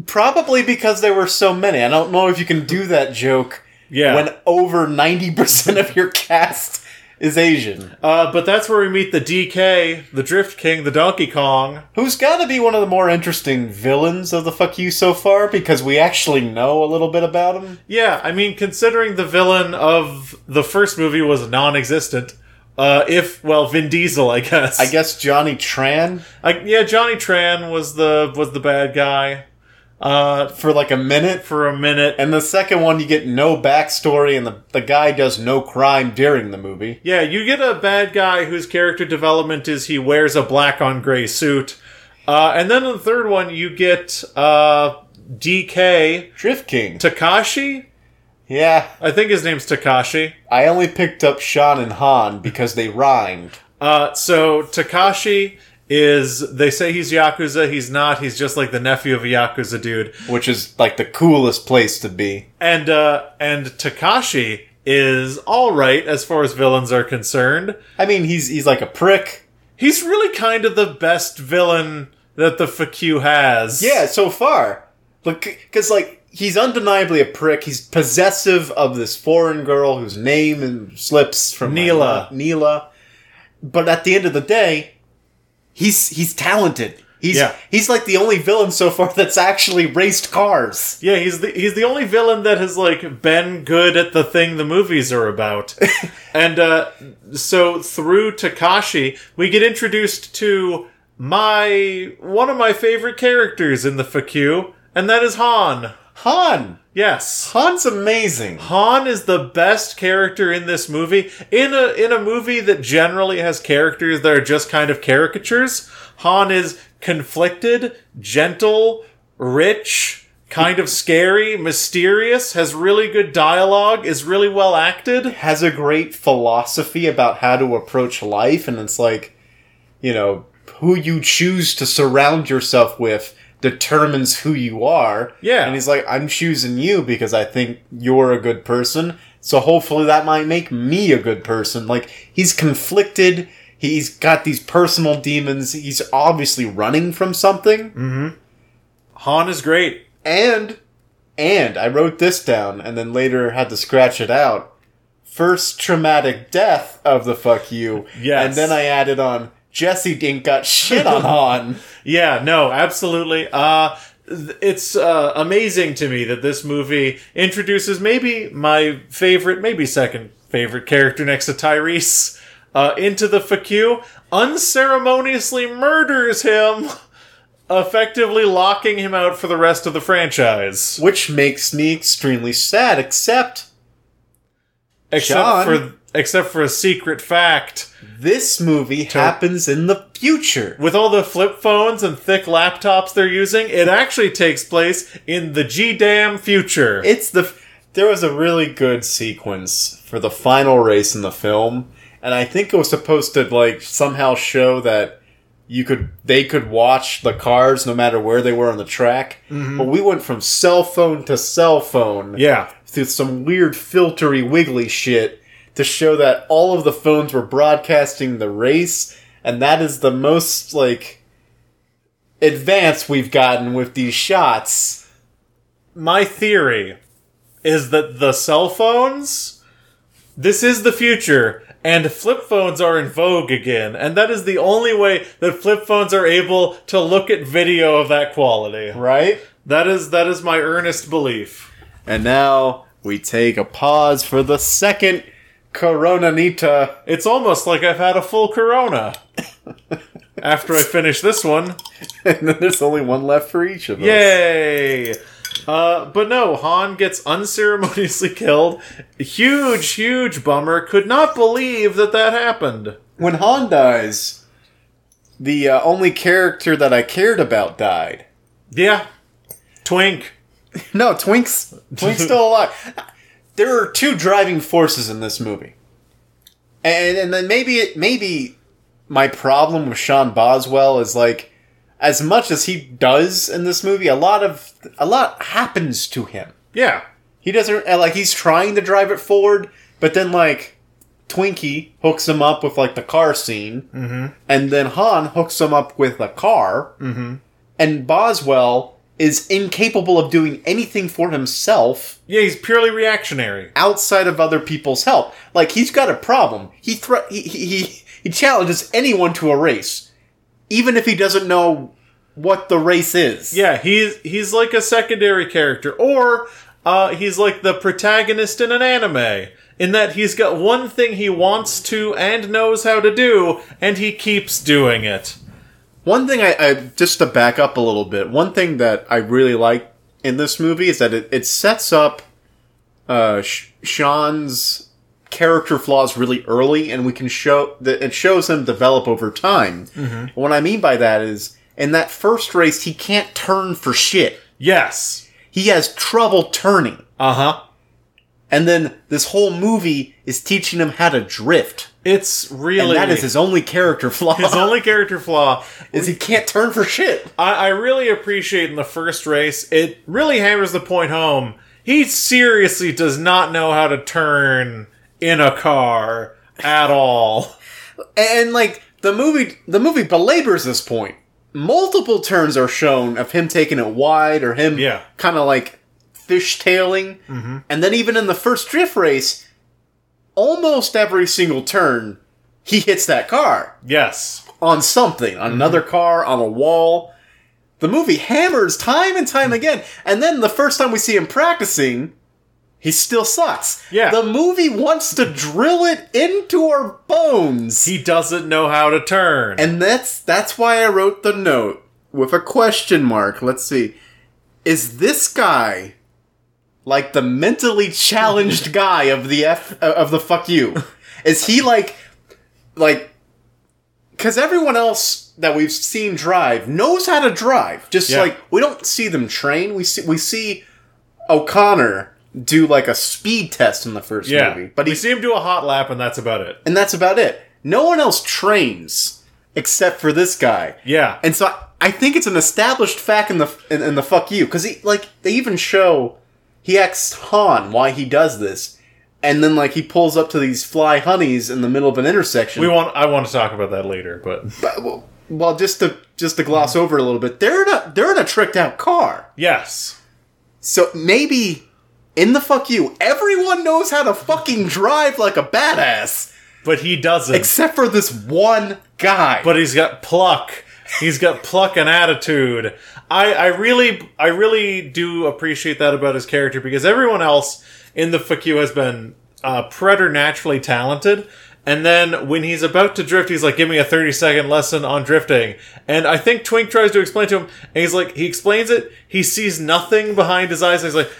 [SPEAKER 3] Probably because there were so many. I don't know if you can do that joke
[SPEAKER 2] Yeah.
[SPEAKER 3] when over 90% of your cast is Asian.
[SPEAKER 2] Uh, but that's where we meet the DK, the Drift King, the Donkey Kong.
[SPEAKER 3] Who's got to be one of the more interesting villains of the fuck you so far because we actually know a little bit about him.
[SPEAKER 2] Yeah, I mean, considering the villain of the first movie was non-existent, uh, if well, Vin Diesel, I guess.
[SPEAKER 3] I guess Johnny Tran
[SPEAKER 2] I, yeah, Johnny Tran was the was the bad guy uh,
[SPEAKER 3] for like a minute.
[SPEAKER 2] for a minute.
[SPEAKER 3] And the second one, you get no backstory, and the, the guy does no crime during the movie.
[SPEAKER 2] Yeah, you get a bad guy whose character development is he wears a black on gray suit. Uh, and then in the third one, you get uh, DK
[SPEAKER 3] Drift King.
[SPEAKER 2] Takashi.
[SPEAKER 3] Yeah,
[SPEAKER 2] I think his name's Takashi.
[SPEAKER 3] I only picked up Sean and Han because they rhymed.
[SPEAKER 2] Uh, so Takashi is, they say he's Yakuza. He's not. He's just like the nephew of a Yakuza dude.
[SPEAKER 3] which is like the coolest place to be.
[SPEAKER 2] And, uh, and Takashi is alright as far as villains are concerned.
[SPEAKER 3] I mean, he's he's like a prick.
[SPEAKER 2] He's really kind of the best villain that the Fakyu has.
[SPEAKER 3] Yeah, so far, look, because like he's undeniably a prick. He's possessive of this foreign girl whose name and slips from my
[SPEAKER 2] Neela.
[SPEAKER 3] mind. Neela, but at the end of the day, he's he's talented. He's
[SPEAKER 2] Yeah.
[SPEAKER 3] he's like the only villain so far that's actually raced cars.
[SPEAKER 2] Yeah, he's the he's the only villain that has like been good at the thing the movies are about. and uh, so through Takashi, we get introduced to my one of my favorite characters in the FAQ, and that is Han.
[SPEAKER 3] Han,
[SPEAKER 2] Yes.
[SPEAKER 3] Han's amazing.
[SPEAKER 2] Han is the best character in this movie. In a in a movie that generally has characters that are just kind of caricatures, Han is conflicted, gentle, rich, kind of scary, mysterious, has really good dialogue, is really well acted.
[SPEAKER 3] has a great philosophy about how to approach life and it's like you know who you choose to surround yourself with determines who you are
[SPEAKER 2] Yeah.
[SPEAKER 3] and he's like i'm choosing you because i think you're a good person so hopefully that might make me a good person like he's conflicted he's got these personal demons he's obviously running from something
[SPEAKER 2] Han is great.
[SPEAKER 3] and and I wrote this down and then later had to scratch it out. First traumatic death of the fuck you.
[SPEAKER 2] Yes.
[SPEAKER 3] And then I added on Jesse Dink got shit on on.
[SPEAKER 2] Yeah, no, absolutely. Uh th- it's uh, amazing to me that this movie introduces maybe my favorite, maybe second favorite character next to Tyrese uh, into the FAQ, unceremoniously murders him, effectively locking him out for the rest of the franchise.
[SPEAKER 3] Which makes me extremely sad, except
[SPEAKER 2] Except
[SPEAKER 3] Sean.
[SPEAKER 2] for except for a secret fact.
[SPEAKER 3] this movie happens in the future.
[SPEAKER 2] With all the flip phones and thick laptops they're using, it actually takes place in the G damn future.
[SPEAKER 3] It's the there was a really good sequence for the final race in the film, and I think it was supposed to like somehow show that you could they could watch the cars no matter where they were on the track. But we went from cell phone to cell phone
[SPEAKER 2] yeah.
[SPEAKER 3] through some weird filtery wiggly shit to show that all of the phones were broadcasting the race, and that is the most like advance we've gotten with these shots.
[SPEAKER 2] my theory is that the cell phones this is the future and flip phones are in vogue again and that is the only way that flip phones are able to look at video of that quality
[SPEAKER 3] Right?
[SPEAKER 2] that is that is my earnest belief
[SPEAKER 3] And now we take a pause for the second Corona Nita.
[SPEAKER 2] it's almost like i've had a full corona after i finish this one
[SPEAKER 3] And then there's only one left for each of us.
[SPEAKER 2] Yay! Uh, but no, Han gets unceremoniously killed. Huge, huge bummer. Could not believe that that happened.
[SPEAKER 3] When Han dies, the uh, only character that I cared about died.
[SPEAKER 2] Yeah. Twink.
[SPEAKER 3] No, Twink's Twink's still alive. There are two driving forces in this movie, and and then maybe it maybe my problem with Sean Boswell is like as much as he does in this movie, a lot of a lot happens to him.
[SPEAKER 2] Yeah.
[SPEAKER 3] He doesn't and, like he's trying to drive it forward, but then like Twinkie hooks him up with like the car scene, and then Han hooks him up with a car, mm-hmm. and Boswell is incapable of doing anything for himself
[SPEAKER 2] Yeah, he's purely reactionary.
[SPEAKER 3] outside of other people's help. Like he's got a problem. He thre- he, he he he challenges anyone to a race, even if he doesn't know what the race is.
[SPEAKER 2] Yeah, he's he's like a secondary character, or uh, he's like the protagonist in an anime. In that he's got one thing he wants to and knows how to do, and he keeps doing it.
[SPEAKER 3] One thing I, I just to back up a little bit. One thing that I really like in this movie is that it, it sets up uh, Sh- Sean's character flaws really early, and we can show that it shows him develop over time.
[SPEAKER 2] Mm-hmm.
[SPEAKER 3] What I mean by that is, in that first race, he can't turn for shit.
[SPEAKER 2] Yes.
[SPEAKER 3] He has trouble turning,
[SPEAKER 2] Uh huh.
[SPEAKER 3] and then this whole movie is teaching him how to drift.
[SPEAKER 2] It's
[SPEAKER 3] And
[SPEAKER 2] really
[SPEAKER 3] that is his only character flaw.
[SPEAKER 2] His only character flaw
[SPEAKER 3] is he can't turn for shit.
[SPEAKER 2] I, I really appreciate in the first race, it really hammers the point home. He seriously does not know how to turn in a car at all.
[SPEAKER 3] and like the movie the movie belabors this point multiple turns are shown of him taking it wide or him
[SPEAKER 2] Yeah. Mm-hmm.
[SPEAKER 3] kind of like fishtailing and then even in the first drift race almost every single turn he hits that car
[SPEAKER 2] Yes.
[SPEAKER 3] on something
[SPEAKER 2] Mm-hmm.
[SPEAKER 3] on another car on a wall the movie hammers time and
[SPEAKER 2] Mm.
[SPEAKER 3] time again and then the first time we see him practicing he still sucks
[SPEAKER 2] Yeah.
[SPEAKER 3] the movie wants to drill it into our bones
[SPEAKER 2] He doesn't know how to turn.
[SPEAKER 3] and that's that's why I wrote the note with a question mark. Let's see. Is this guy like the mentally challenged guy of the F uh, of the fuck you? Is he like like cuz everyone else that we've seen drive knows how to drive. Just
[SPEAKER 2] Yeah.
[SPEAKER 3] like we don't see them train. We see we see O'Connor do like a speed test in the first
[SPEAKER 2] yeah.
[SPEAKER 3] movie, but
[SPEAKER 2] But
[SPEAKER 3] he
[SPEAKER 2] we see him do a hot lap and that's about it.
[SPEAKER 3] and that's about it. No one else trains except for this guy.
[SPEAKER 2] Yeah.
[SPEAKER 3] And so I, I think it's an established fact in the in, in the fuck you because he like they even show he asks Han why he does this, and then like he pulls up to these fly honeys in the middle of an intersection.
[SPEAKER 2] we want I want to talk about that later, but
[SPEAKER 3] But- well, well, just to just to gloss over it a little bit, they're in a they're in a tricked out car.
[SPEAKER 2] yes.
[SPEAKER 3] So maybe in the fuck you, everyone knows how to fucking drive like a badass
[SPEAKER 2] But he doesn't.
[SPEAKER 3] except for this one guy.
[SPEAKER 2] but he's got pluck. He's got pluck and attitude. I, I really I really do appreciate that about his character because everyone else in the fuck you has been uh, preternaturally talented. And then when he's about to drift, he's like, "Give me a thirty second lesson on drifting." And I think Twink tries to explain to him, and he's like, he explains it. He sees nothing behind his eyes. And he's like,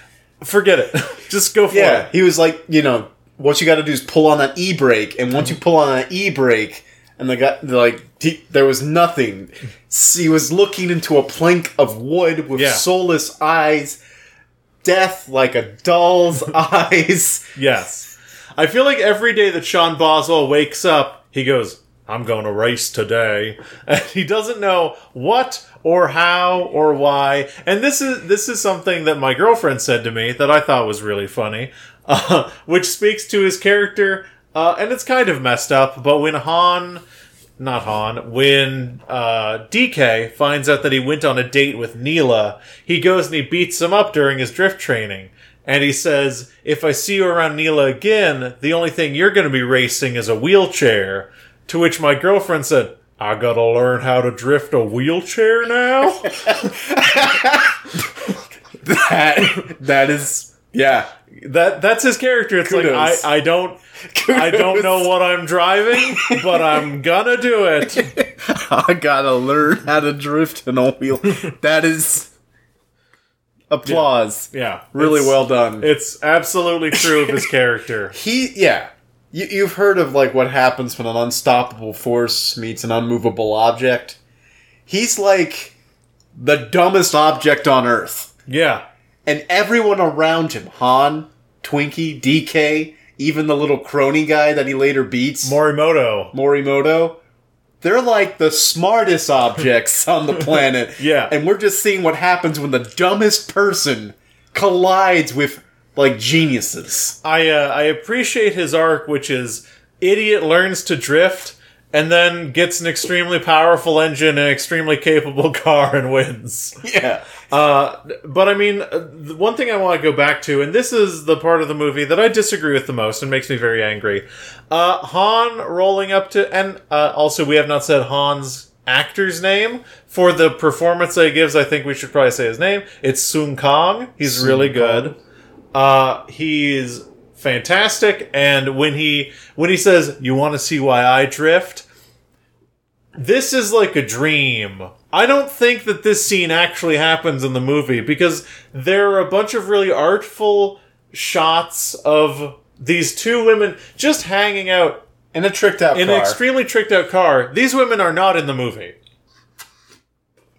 [SPEAKER 2] "Forget it, just go for
[SPEAKER 3] Yeah,
[SPEAKER 2] it."
[SPEAKER 3] he was like, you know, what you got to do is pull on that e brake, and once you pull on that e brake, and the guy like he, there was nothing. S- He was looking into a plank of wood with
[SPEAKER 2] Yeah.
[SPEAKER 3] soulless eyes, death like a doll's eyes.
[SPEAKER 2] Yes. I feel like every day that Sean Boswell wakes up, he goes, I'm going to race today. And he doesn't know what or how or why. And this is this is something that my girlfriend said to me that I thought was really funny, uh, which speaks to his character. Uh, and it's kind of messed up, but when Han not Han, when uh, DK finds out that he went on a date with Neela, he goes and he beats him up during his drift training. And he says, If I see you around Neela again, the only thing you're going to be racing is a wheelchair. To which my girlfriend said, I gotta learn how to drift a wheelchair now?
[SPEAKER 4] That that is yeah.
[SPEAKER 2] that That's his character. It's like,
[SPEAKER 4] Kudos.
[SPEAKER 2] I, I don't. I don't know what I'm driving, but I'm gonna do it.
[SPEAKER 4] I gotta learn how to drift in a wheel. That is applause.
[SPEAKER 2] Yeah,
[SPEAKER 4] Really
[SPEAKER 2] it's-
[SPEAKER 4] well done.
[SPEAKER 2] It's absolutely true of his character.
[SPEAKER 3] He, yeah.
[SPEAKER 4] You, you've heard of like what happens when an unstoppable force meets an unmovable object.
[SPEAKER 3] He's like the dumbest object on Earth.
[SPEAKER 2] Yeah,
[SPEAKER 3] And everyone around him Han, Twinkie, DK, even the little crony guy that he later beats,
[SPEAKER 2] Morimoto.
[SPEAKER 3] Morimoto, they're like the smartest objects on the planet.
[SPEAKER 2] Yeah.
[SPEAKER 3] And we're just seeing what happens when the dumbest person collides with, like, geniuses.
[SPEAKER 2] I uh, I appreciate his arc, which is idiot learns to drift and then gets an extremely powerful engine and extremely capable car and wins.
[SPEAKER 3] Yeah.
[SPEAKER 2] Uh, but I mean, uh, the one thing I want to go back to, and this is the part of the movie that I disagree with the most and makes me very angry. Uh, Han rolling up to, and uh, also we have not said Han's actor's name for the performance that he gives. I think we should probably say his name. It's Soon Kong. He's really good. Uh, he's fantastic. And when he when he says, "You want to see why I drift?" this is like a dream. I don't think that this scene actually happens in the movie because there are a bunch of really artful shots of these two women just hanging out
[SPEAKER 3] In a tricked out
[SPEAKER 2] in
[SPEAKER 3] car.
[SPEAKER 2] an extremely tricked out car. These women are not in the movie.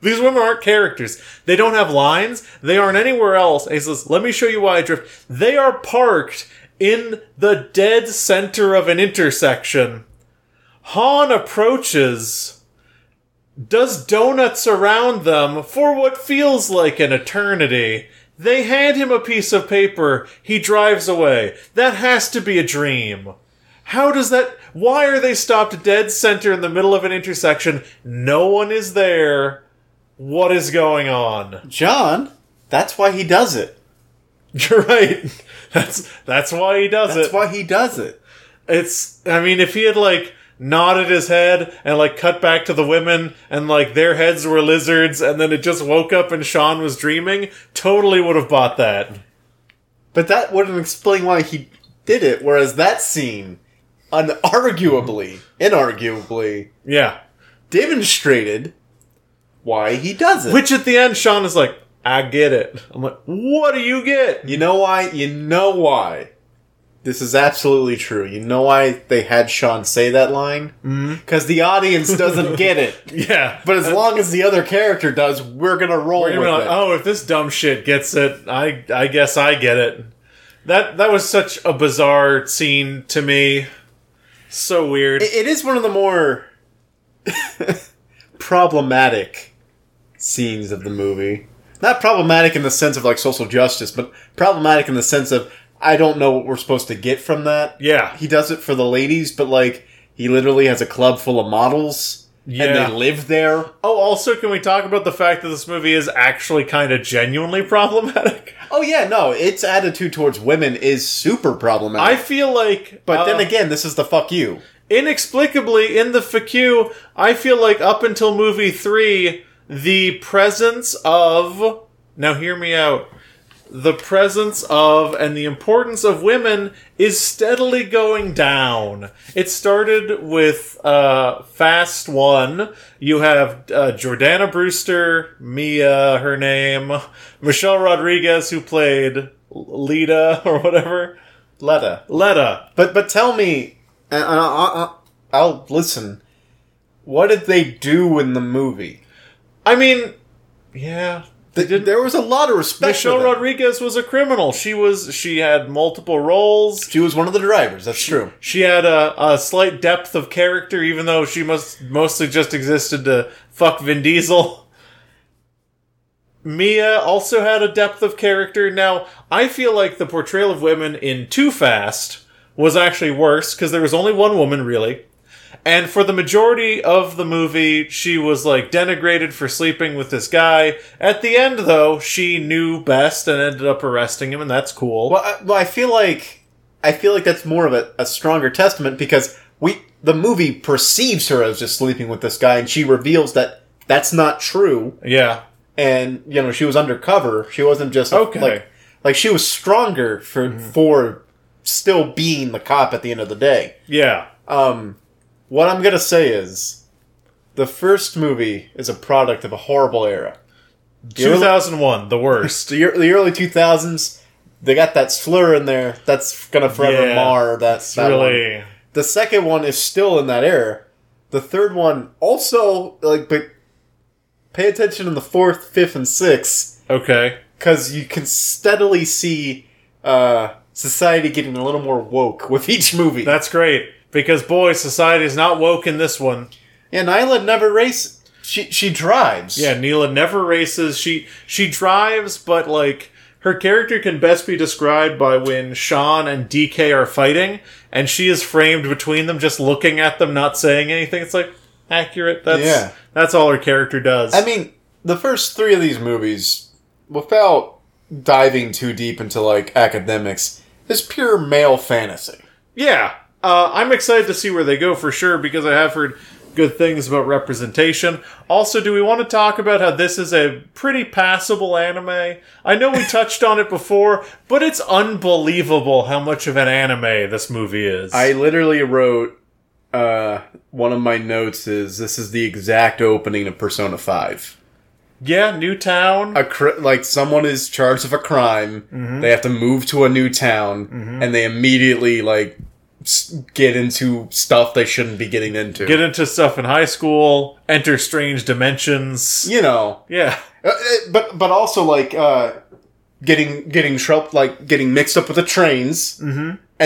[SPEAKER 2] These women aren't characters. They don't have lines. They aren't anywhere else. And he says, Let me show you why I drift. They are parked in the dead center of an intersection. Han approaches, does donuts around them for what feels like an eternity. They hand him a piece of paper. He drives away. That has to be a dream. How does that? Why are they stopped dead center in the middle of an intersection? No one is there. What is going on?
[SPEAKER 3] John, that's why he does it.
[SPEAKER 2] You're right. That's that's why he does
[SPEAKER 3] That's
[SPEAKER 2] it.
[SPEAKER 3] why he does it.
[SPEAKER 2] it's. I mean, if he had like nodded his head and like cut back to the women and like their heads were lizards and then it just woke up and Sean was dreaming, totally would have bought that.
[SPEAKER 3] But that wouldn't explain why he did it, whereas that scene, unarguably, inarguably,
[SPEAKER 2] Yeah.
[SPEAKER 3] demonstrated why he does it.
[SPEAKER 2] Which at the end, Sean is like, "I get it." I'm like, "What do you get?"
[SPEAKER 3] you know why? You know why. This is absolutely true. You know why they had Sean say that line?
[SPEAKER 2] Mm-hmm.
[SPEAKER 3] Because the audience doesn't get it.
[SPEAKER 2] Yeah.
[SPEAKER 3] But as long as the other character does, we're gonna roll
[SPEAKER 2] You're
[SPEAKER 3] with
[SPEAKER 2] gonna be
[SPEAKER 3] it.
[SPEAKER 2] like, oh, if this dumb shit gets it, I I guess I get it. That that was such a bizarre scene to me. So weird.
[SPEAKER 3] It- it is one of the more problematic scenes of the movie. Not problematic in the sense of like social justice, but problematic in the sense of I don't know what we're supposed to get from that.
[SPEAKER 2] yeah.
[SPEAKER 3] He does it for the ladies, but like he literally has a club full of models and
[SPEAKER 2] Yeah.
[SPEAKER 3] they live there.
[SPEAKER 2] Oh, also, can we talk about the fact that this movie is actually kind of genuinely problematic?
[SPEAKER 3] Oh yeah, no, its attitude towards women is super
[SPEAKER 2] I
[SPEAKER 3] problematic.
[SPEAKER 2] feel like,
[SPEAKER 3] but then
[SPEAKER 2] uh,
[SPEAKER 3] again, this is the fuck you.
[SPEAKER 2] inexplicably in the FAQ, I feel like up until movie three, the presence of now hear me out. The presence of and the importance of women is steadily going down. It started with uh, Fast One. You have uh, Jordana Brewster, Mia, her name, Michelle Rodriguez, who played Lita or whatever,
[SPEAKER 3] Letta.
[SPEAKER 2] Letta.
[SPEAKER 3] But but tell me, and I- I- I- I'll listen. What did they do in the movie?
[SPEAKER 2] I mean, yeah.
[SPEAKER 3] Th- there was a lot of respect.
[SPEAKER 2] Michelle
[SPEAKER 3] for them.
[SPEAKER 2] Rodriguez was a criminal. She was she had multiple roles.
[SPEAKER 3] She was one of the drivers. That's true.
[SPEAKER 2] She had a, a slight depth of character, even though she must mostly just existed to fuck Vin Diesel. Mia also had a depth of character. Now, I feel like the portrayal of women in Too Fast was actually worse because there was only one woman really, And for the majority of the movie, she was like denigrated for sleeping with this guy. At the end, though, she knew best and ended up arresting him, and that's cool.
[SPEAKER 5] Well, I, well, I feel like I feel like that's more of a, a stronger testament because we the movie perceives her as just sleeping with this guy, and she reveals that that's not true.
[SPEAKER 2] Yeah.
[SPEAKER 5] And you know, she was undercover. She wasn't just
[SPEAKER 2] Okay.
[SPEAKER 5] Like, like she was stronger for
[SPEAKER 3] Mm-hmm.
[SPEAKER 5] for still being the cop at the end of the day.
[SPEAKER 2] Yeah.
[SPEAKER 5] Um, what I'm gonna say is, the first movie is a product of a horrible era. The early,
[SPEAKER 2] 2001, the worst.
[SPEAKER 5] the ear- the early 2000s, they got that slur in there. That's gonna forever
[SPEAKER 2] Yeah.
[SPEAKER 5] mar that. that one.
[SPEAKER 2] really.
[SPEAKER 5] The second one is still in that era. The third one also like, but pay attention in the fourth, fifth, and sixth
[SPEAKER 2] Okay.
[SPEAKER 5] because you can steadily see uh, society getting a little more woke with each movie.
[SPEAKER 2] That's great. Because, boy, society's not woke in this one.
[SPEAKER 5] and Isla never race. She she drives.
[SPEAKER 2] Yeah, Neela never races. She she drives, but like her character can best be described by when Sean and DK are fighting, and she is framed between them, just looking at them, not saying anything. It's like accurate. That's
[SPEAKER 5] Yeah.
[SPEAKER 2] that's all her character does.
[SPEAKER 5] I mean, the first three of these movies, without diving too deep into like academics, is pure male fantasy.
[SPEAKER 2] yeah, uh, I'm excited to see where they go for sure because I have heard good things about representation. Also, do we want to talk about how this is a pretty passable anime? I know we touched on it before, but it's unbelievable how much of an anime this movie is.
[SPEAKER 3] I literally wrote uh, one of my notes is this is the exact opening of Persona Five.
[SPEAKER 2] Yeah, new town.
[SPEAKER 3] A cr- like someone is charged with a crime, they have to move to a new town, and they immediately like s- get into stuff they shouldn't be getting into.
[SPEAKER 2] Get into stuff in high school. Enter strange dimensions.
[SPEAKER 3] you know,
[SPEAKER 2] Yeah.
[SPEAKER 3] Uh, uh, but but also like uh, getting getting trouble like getting mixed up with the trains, and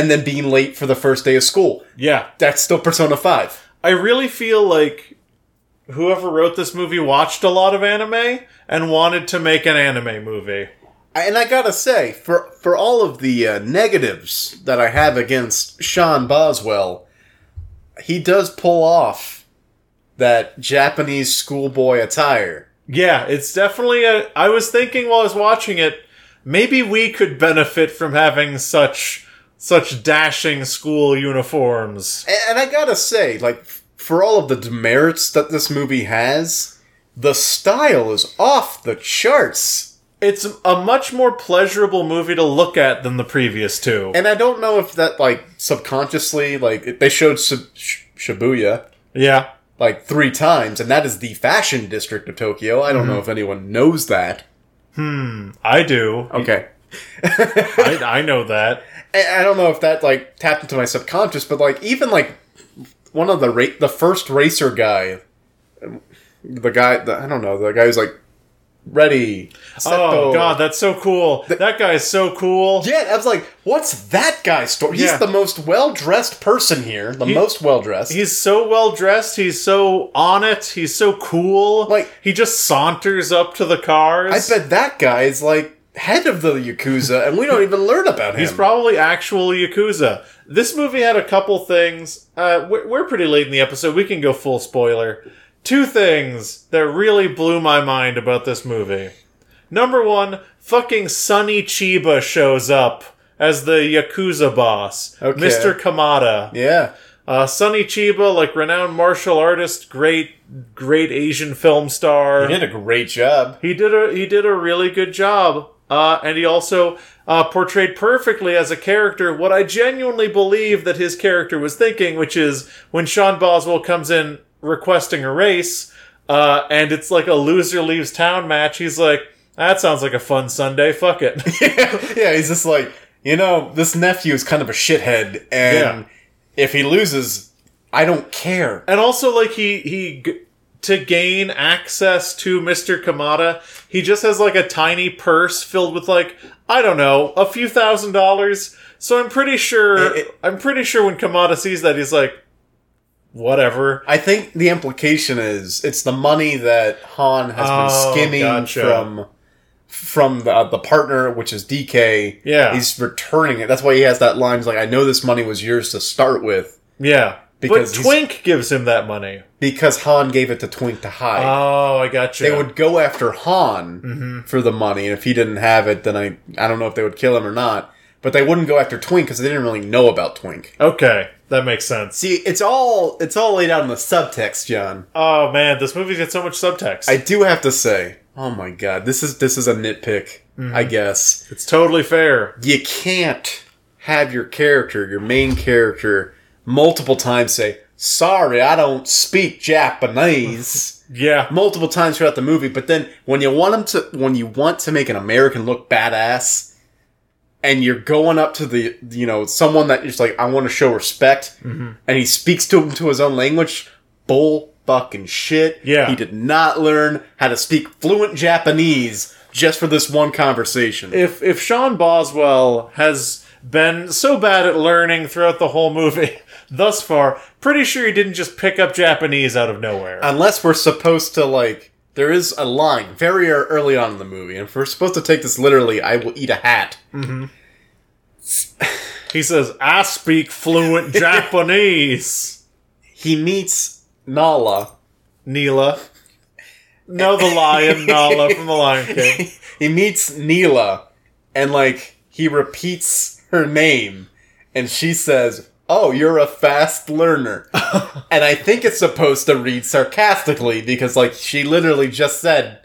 [SPEAKER 3] then being late for the first day of school.
[SPEAKER 2] Yeah.
[SPEAKER 3] That's still Persona Five.
[SPEAKER 2] I really feel like whoever wrote this movie watched a lot of anime and wanted to make an anime movie.
[SPEAKER 3] And I gotta say, for for all of the uh, negatives that I have against Sean Boswell, he does pull off that Japanese schoolboy attire.
[SPEAKER 2] Yeah, it's definitely a I was thinking while I was watching it, maybe we could benefit from having such such dashing school uniforms.
[SPEAKER 3] A- And I gotta say, like f- for all of the demerits that this movie has, the style is off the charts.
[SPEAKER 2] It's a much more pleasurable movie to look at than the previous two.
[SPEAKER 3] And I don't know if that like subconsciously, like they showed Shib- Sh- Shibuya
[SPEAKER 2] Yeah.
[SPEAKER 3] like three times, and that is the fashion district of Tokyo. I don't
[SPEAKER 2] Mm-hmm.
[SPEAKER 3] know if anyone knows that.
[SPEAKER 2] I do.
[SPEAKER 3] Okay.
[SPEAKER 2] I, I know that.
[SPEAKER 3] I, I don't know if that like tapped into my subconscious, but like even like one of the ra- the first racer guy, um, the guy the, I don't know the guy who's like ready. set,
[SPEAKER 2] Oh
[SPEAKER 3] go.
[SPEAKER 2] god, that's so cool. that guy is so cool.
[SPEAKER 3] Yeah, I was like, what's that guy's story? He's
[SPEAKER 2] Yeah.
[SPEAKER 3] the most well dressed person here, the most well dressed.
[SPEAKER 2] He's so well dressed. He's so on it. He's so cool.
[SPEAKER 3] Like-
[SPEAKER 2] he just saunters up to the cars.
[SPEAKER 3] I bet that guy is like head of the yakuza, and we don't even learn about him.
[SPEAKER 2] He's probably actual Yakuza. This movie had a couple things. Uh, we're, we're pretty late in the episode. We can go full spoiler. Two things that really blew my mind about this movie. Number one, fucking Sonny Chiba shows up as the Yakuza boss,
[SPEAKER 3] Okay.
[SPEAKER 2] Mr. Kamada.
[SPEAKER 3] yeah,
[SPEAKER 2] Uh, Sonny Chiba, like renowned martial artist, great, great Asian film star.
[SPEAKER 3] did a great job.
[SPEAKER 2] He did a he did a really good job, uh, and he also uh, portrayed perfectly as a character what I genuinely believe that his character was thinking, which is when Sean Boswell comes in requesting a race, uh, and it's like a loser leaves town match. He's like, that sounds like a fun Sunday. Fuck it.
[SPEAKER 3] yeah, he's just like, you know, this nephew is kind of a shithead, and if he loses, I don't care.
[SPEAKER 2] and also like he he g- to gain access to Mr. Kamada, he just has like a tiny purse filled with like I don't know, a few thousand dollars. So I'm pretty sure
[SPEAKER 3] It- it-
[SPEAKER 2] I'm pretty sure when Kamada sees that he's like whatever.
[SPEAKER 3] I think the implication is it's the money that Han has been
[SPEAKER 2] Oh,
[SPEAKER 3] skimming
[SPEAKER 2] gotcha.
[SPEAKER 3] from from the, the partner, which is DK.
[SPEAKER 2] Yeah.
[SPEAKER 3] he's returning it. That's why he has that line. He's like, "I know this money was yours to start with,
[SPEAKER 2] Yeah. But
[SPEAKER 3] because he's-
[SPEAKER 2] Twink gives him that money.
[SPEAKER 3] because Han gave it to Twink to hide.
[SPEAKER 2] Oh, I got you.
[SPEAKER 3] they would go after Han for the money, and if he didn't have it, then I I don't know if they would kill him or not. But they wouldn't go after Twink because they didn't really know about Twink.
[SPEAKER 2] Okay, that makes sense.
[SPEAKER 3] See, it's all it's all laid out in the subtext, John.
[SPEAKER 2] Oh man, this movie's got so much subtext.
[SPEAKER 3] I do have to say, oh my god, this is this is a nitpick, I guess.
[SPEAKER 2] it's totally fair.
[SPEAKER 3] You can't have your character, your main character, multiple times say, "Sorry, I don't speak Japanese."
[SPEAKER 2] Yeah.
[SPEAKER 3] multiple times throughout the movie. But then when you want 'em to, when you want to make an American look badass, and you're going up to the, you know, someone that is like, I want to show respect, and he speaks to him to his own language, bull fucking shit.
[SPEAKER 2] Yeah.
[SPEAKER 3] he did not learn how to speak fluent Japanese just for this one conversation.
[SPEAKER 2] If if Sean Boswell has been so bad at learning throughout the whole movie thus far, pretty sure he didn't just pick up Japanese out of nowhere.
[SPEAKER 3] Unless we're supposed to like. There is a line very ear- early on in the movie, and if we're supposed to take this literally, I will eat a hat.
[SPEAKER 2] he says, "I speak fluent Japanese."
[SPEAKER 3] He meets Nala,
[SPEAKER 2] Neela. No, the lion Nala from the Lion King.
[SPEAKER 3] he meets Neela and like he repeats her name and she says, "Oh, you're a fast learner." and I think it's supposed to read sarcastically because like she literally just said,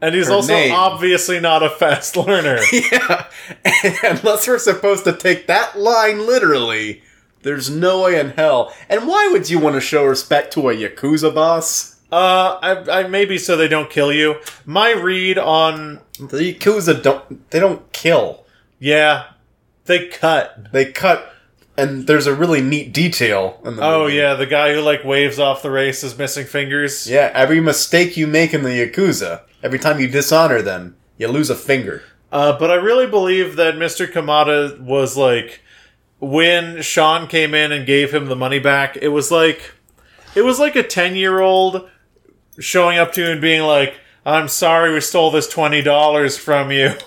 [SPEAKER 2] And he's
[SPEAKER 3] Her
[SPEAKER 2] also
[SPEAKER 3] name.
[SPEAKER 2] obviously not a fast learner.
[SPEAKER 3] "Yeah." Unless we're supposed to take that line literally, there's no way in hell. And why would you want to show respect to a yakuza boss?
[SPEAKER 2] Uh, I, I maybe so they don't kill you. My read on
[SPEAKER 3] The yakuza don't they don't kill.
[SPEAKER 2] yeah, they cut.
[SPEAKER 3] They cut and there's a really neat detail in the
[SPEAKER 2] Oh
[SPEAKER 3] movie.
[SPEAKER 2] yeah, the guy who like waves off the race is missing fingers.
[SPEAKER 3] Yeah, every mistake you make in the Yakuza, every time you dishonor them, you lose a finger.
[SPEAKER 2] Uh, but I really believe that Mr. Kamada was like when Sean came in and gave him the money back. It was like it was like a ten year old showing up to you and being like, "I'm sorry, we stole this twenty dollars from you."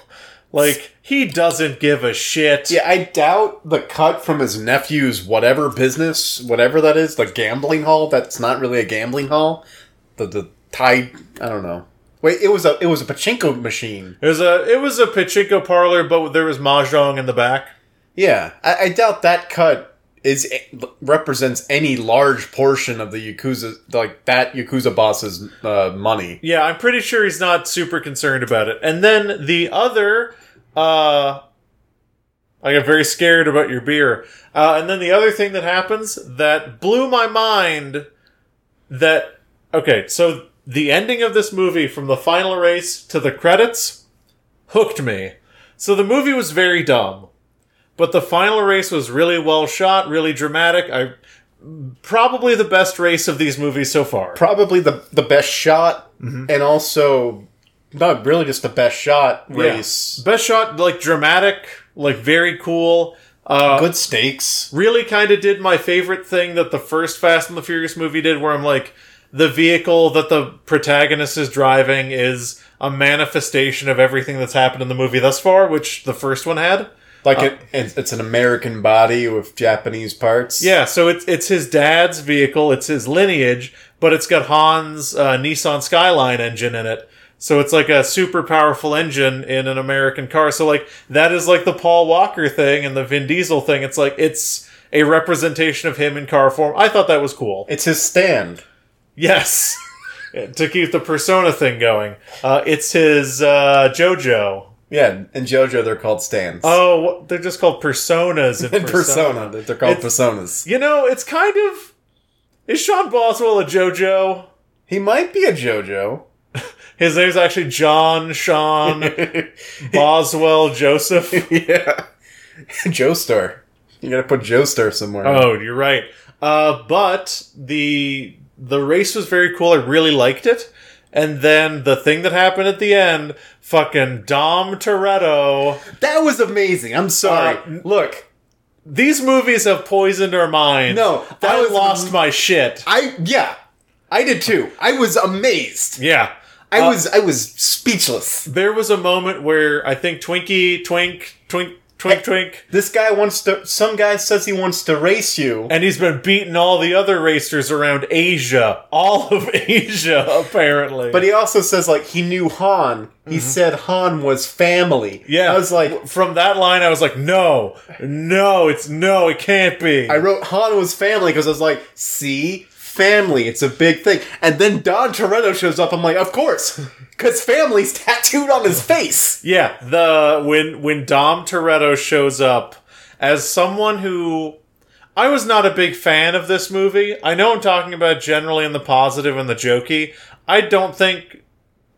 [SPEAKER 2] Like he doesn't give a shit.
[SPEAKER 3] Yeah, I doubt the cut from his nephew's whatever business, whatever that is, the gambling hall. That's not really a gambling hall. The the tie, I don't know. Wait, it was a it was a pachinko machine.
[SPEAKER 2] It was a it was a pachinko parlor, but there was mahjong in the back.
[SPEAKER 3] Yeah, I, I doubt that cut is represents any large portion of the Yakuza like that Yakuza boss's uh, money.
[SPEAKER 2] Yeah, I'm pretty sure he's not super concerned about it. And then the other, uh, I got very scared about your beer. Uh, and then the other thing that happens that blew my mind. That okay, so the ending of this movie, from the final race to the credits, hooked me. So the movie was very dumb, but the final race was really well shot, really dramatic. I probably the best race of these movies so far.
[SPEAKER 3] probably the the best shot
[SPEAKER 2] Mm-hmm.
[SPEAKER 3] and also not really just the best shot race.
[SPEAKER 2] Yeah. Best shot, like dramatic, like very cool. Uh,
[SPEAKER 3] Good stakes.
[SPEAKER 2] really kind of did my favorite thing that the first Fast and the Furious movie did, where I'm like, the vehicle that the protagonist is driving is a manifestation of everything that's happened in the movie thus far, which the first one had.
[SPEAKER 3] Like
[SPEAKER 2] Uh,
[SPEAKER 3] it, it's it's an American body with Japanese parts.
[SPEAKER 2] Yeah, so it's it's his dad's vehicle, it's his lineage, but it's got Han's uh, Nissan Skyline engine in it. So it's like a super powerful engine in an American car. So like that is like the Paul Walker thing and the Vin Diesel thing. It's like it's a representation of him in car form. I thought that was cool.
[SPEAKER 3] It's his stand.
[SPEAKER 2] Yes. to keep the persona thing going. Uh, it's his uh, JoJo.
[SPEAKER 3] Yeah, in JoJo they're called stands.
[SPEAKER 2] Oh, what- they're just called personas in
[SPEAKER 3] in persona.
[SPEAKER 2] persona.
[SPEAKER 3] they're called
[SPEAKER 2] It's-
[SPEAKER 3] personas.
[SPEAKER 2] You know, it's kind of is Sean Boswell a JoJo?
[SPEAKER 3] He might be a JoJo.
[SPEAKER 2] His name's actually John Sean Boswell Joseph.
[SPEAKER 3] yeah, Joestar. You gotta put Joestar somewhere.
[SPEAKER 2] Oh, you're right. Uh, but the the race was very cool. I really liked it. And then the thing that happened at the end, fucking Dom Toretto.
[SPEAKER 3] that was amazing. I'm sorry.
[SPEAKER 2] Uh,
[SPEAKER 3] Look,
[SPEAKER 2] These movies have poisoned our minds.
[SPEAKER 3] No, that
[SPEAKER 2] I
[SPEAKER 3] was-
[SPEAKER 2] lost my shit.
[SPEAKER 3] I yeah, I did too. I was amazed.
[SPEAKER 2] Yeah.
[SPEAKER 3] I
[SPEAKER 2] Uh,
[SPEAKER 3] was I was speechless.
[SPEAKER 2] There was a moment where I think Twinkie, Twink, Twink, Twink, twink.
[SPEAKER 3] This guy wants to. Some guy says he wants to race you.
[SPEAKER 2] And he's been beating all the other racers around Asia. All of Asia, apparently.
[SPEAKER 3] But he also says like he knew Han. He said Han was family.
[SPEAKER 2] Yeah.
[SPEAKER 3] I was like,
[SPEAKER 2] from that line, I was like, no, no, it's no, it can't be.
[SPEAKER 3] I wrote Han was family because I was like, see, family, it's a big thing. And then Don Toretto shows up. I'm like, of course, because family's tattooed on his face.
[SPEAKER 2] yeah, the when when Dom Toretto shows up as someone who I was not a big fan of this movie. I know I'm talking about generally in the positive and the jokey. I don't think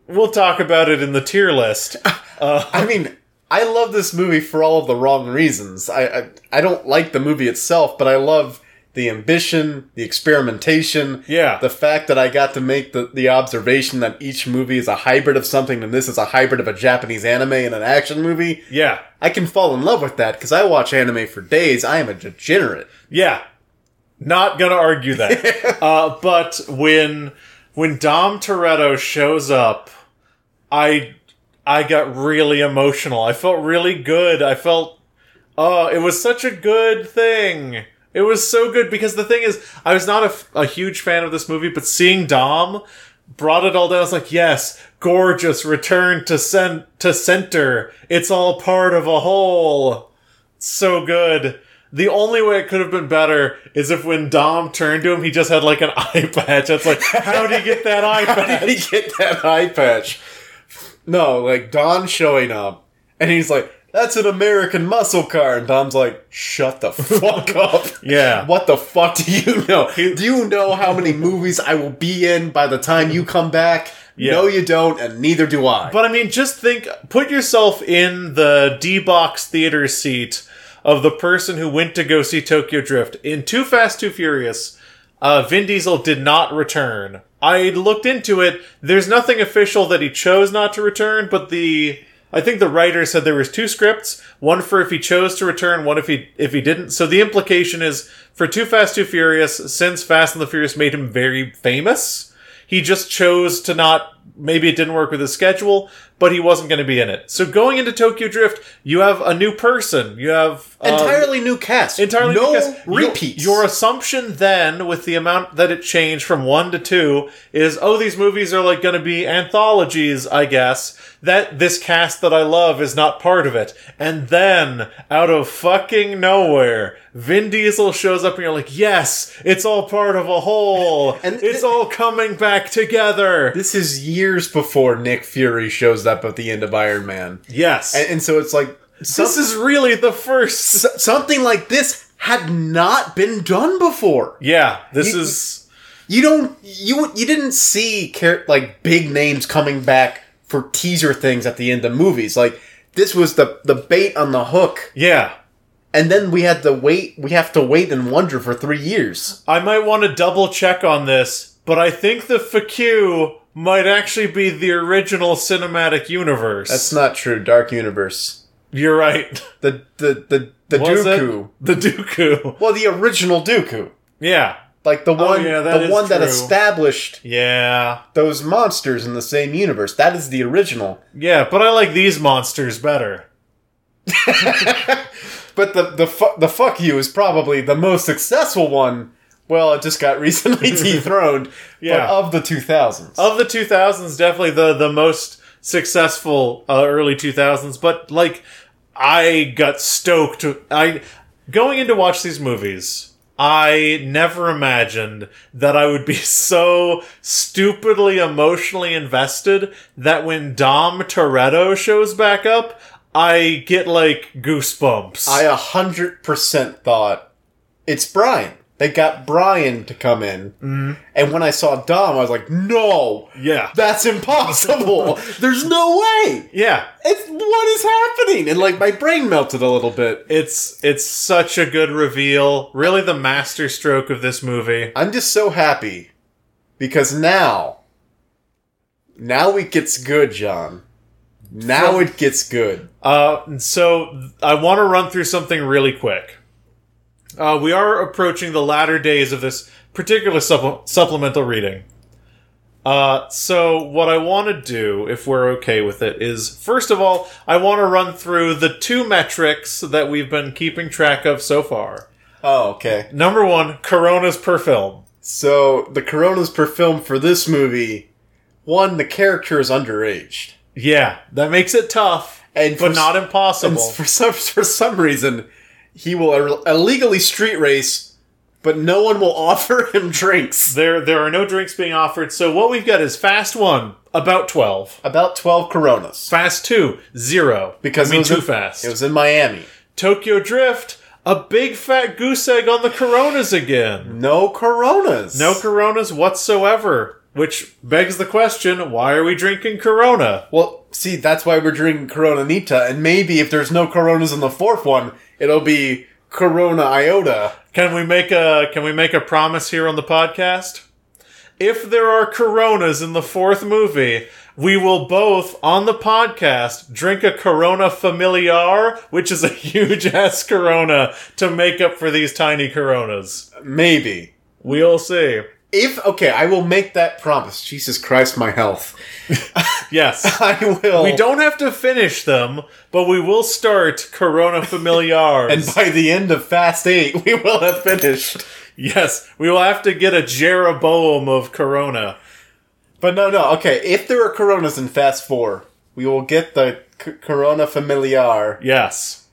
[SPEAKER 2] we'll talk about it in the tier list. Uh,
[SPEAKER 3] I mean. I love this movie for all of the wrong reasons. I, I I don't like the movie itself, but I love the ambition, the experimentation,
[SPEAKER 2] Yeah.
[SPEAKER 3] the fact that I got to make the, the observation that each movie is a hybrid of something, and this is a hybrid of a Japanese anime and an action movie.
[SPEAKER 2] yeah.
[SPEAKER 3] I can fall in love with that because I watch anime for days. I am a degenerate.
[SPEAKER 2] Yeah. Not gonna argue that. uh, but when when Dom Toretto shows up, I I got really emotional. I felt really good. I felt oh, it was such a good thing. It was so good because the thing is, I was not a, f- a huge fan of this movie, but seeing Dom brought it all down. I was like, yes, gorgeous return to cent to center. It's all part of a whole so good. The only way it could have been better is if when Dom turned to him, he just had like an eye patch. That's like, how did he get that eye
[SPEAKER 3] How
[SPEAKER 2] patch?
[SPEAKER 3] did he get that eye patch? No, like Don showing up, and he's like, "That's an American muscle car," and Dom's like, "Shut the fuck up."
[SPEAKER 2] Yeah.
[SPEAKER 3] What the fuck do you know? Do you know how many movies I will be in by the time you come back?
[SPEAKER 2] Yeah.
[SPEAKER 3] No, you don't, and neither do I.
[SPEAKER 2] But I mean, just think, put yourself in the D box theater seat of the person who went to go see Tokyo Drift. In Too Fast, Too Furious, uh, Vin Diesel did not return. I looked into it. There's nothing official that he chose not to return, but the I think the writer said there was two scripts, one for if he chose to return, one if he if he didn't. So the implication is for Too Fast, Too Furious, since Fast and the Furious made him very famous, he just chose to not. Maybe it didn't work with his schedule, but he wasn't going to be in it. So going into Tokyo Drift, you have a new person. You have um,
[SPEAKER 3] entirely new cast.
[SPEAKER 2] entirely
[SPEAKER 3] no
[SPEAKER 2] because your-
[SPEAKER 3] repeats.
[SPEAKER 2] Your, assumption then, with the amount that it changed from one to two, is oh, these movies are like going to be anthologies, I guess. That this cast that I love is not part of it. And then, out of fucking nowhere, Vin Diesel shows up, and you're like, yes, it's all part of a whole,
[SPEAKER 3] And
[SPEAKER 2] and
[SPEAKER 3] thi-
[SPEAKER 2] it's all coming back together.
[SPEAKER 3] This is years before Nick Fury shows up at the end of Iron Man.
[SPEAKER 2] yes,
[SPEAKER 3] And, and so it's like some-
[SPEAKER 2] this is really the first.
[SPEAKER 3] so- something like this had not been done before.
[SPEAKER 2] Yeah, this
[SPEAKER 3] You-
[SPEAKER 2] is.
[SPEAKER 3] You don't you you didn't see char- like big names coming back for teaser things at the end of movies. Like this was the the bait on the hook,
[SPEAKER 2] Yeah.
[SPEAKER 3] and then we had to wait. We have to wait and wonder for three years.
[SPEAKER 2] I might want to double check on this, but I think the FAQ might actually be the original cinematic universe.
[SPEAKER 3] That's not true. Dark Universe.
[SPEAKER 2] You're right.
[SPEAKER 3] The the the the
[SPEAKER 2] Was it?
[SPEAKER 3] Dooku.
[SPEAKER 2] The Dooku.
[SPEAKER 3] Well, the original Dooku.
[SPEAKER 2] Yeah.
[SPEAKER 3] Like the one,
[SPEAKER 2] Oh, yeah, that
[SPEAKER 3] the
[SPEAKER 2] is
[SPEAKER 3] one that
[SPEAKER 2] true.
[SPEAKER 3] established
[SPEAKER 2] Yeah.
[SPEAKER 3] those monsters in the same universe. That is the original.
[SPEAKER 2] Yeah, but I like these monsters better.
[SPEAKER 3] But the the fu- the fuck you is probably the most successful one. Well, it just got recently dethroned.
[SPEAKER 2] Yeah.
[SPEAKER 3] but of the two thousands.
[SPEAKER 2] Of the 2000s, definitely the, the most successful uh, early 2000s, but like, I got stoked. I, going in to watch these movies, I never imagined that I would be so stupidly emotionally invested that when Dom Toretto shows back up, I get like goosebumps.
[SPEAKER 3] I a hundred percent thought it's Brian. They got Brian to come in,
[SPEAKER 2] Mm-hmm.
[SPEAKER 3] and when I saw Dom, I was like, "No,
[SPEAKER 2] yeah.
[SPEAKER 3] that's impossible. There's no way.
[SPEAKER 2] yeah.
[SPEAKER 3] It's what is happening." And like my brain melted a little bit.
[SPEAKER 2] It's, it's such a good reveal. Really the masterstroke of this movie.
[SPEAKER 3] I'm just so happy because now, now it gets good, John. Now it gets good.
[SPEAKER 2] Uh, so th- I want to run through something really quick. Uh, we are approaching the latter days of this particular supple- supplemental reading. Uh, so what I want to do, if we're okay with it, is first of all, I want to run through the two metrics that we've been keeping track of so far.
[SPEAKER 3] Oh, okay.
[SPEAKER 2] Number one, coronas per film.
[SPEAKER 3] So the coronas per film for this movie, one, the character is underaged,
[SPEAKER 2] Yeah, that makes it tough,
[SPEAKER 3] and
[SPEAKER 2] but
[SPEAKER 3] for
[SPEAKER 2] not
[SPEAKER 3] s- and
[SPEAKER 2] impossible.
[SPEAKER 3] for some for some reason, he will ill- illegally street race, but no one will offer him drinks.
[SPEAKER 2] There, there are no drinks being offered. So what we've got is fast one, about twelve.
[SPEAKER 3] About twelve coronas
[SPEAKER 2] Fast two, zero.
[SPEAKER 3] because
[SPEAKER 2] I mean,
[SPEAKER 3] it was
[SPEAKER 2] too
[SPEAKER 3] in-
[SPEAKER 2] fast.
[SPEAKER 3] It was in Miami.
[SPEAKER 2] Tokyo Drift, a big fat goose egg on the coronas again.
[SPEAKER 3] No coronas.
[SPEAKER 2] No coronas whatsoever. Which begs the question: Why are we drinking Corona?
[SPEAKER 3] Well, see, that's why we're drinking Corona Nita, and maybe if there's no Coronas in the fourth one, it'll be Corona Iota.
[SPEAKER 2] Can we make a Can we make a promise here on the podcast? If there are Coronas in the fourth movie, we will both on the podcast drink a Corona Familiar, which is a huge ass Corona, to make up for these tiny Coronas.
[SPEAKER 3] Maybe.
[SPEAKER 2] We'll see.
[SPEAKER 3] If, okay, I will make that promise. Jesus Christ, my health.
[SPEAKER 2] Yes.
[SPEAKER 3] I will.
[SPEAKER 2] We don't have to finish them, but we will start Corona Familiars.
[SPEAKER 3] And by the end of Fast 8, we will have finished.
[SPEAKER 2] yes, we will have to get a Jeroboam of Corona.
[SPEAKER 3] But no, no, okay, if there are Coronas in Fast 4, we will get the C- Corona Familiar.
[SPEAKER 2] Yes.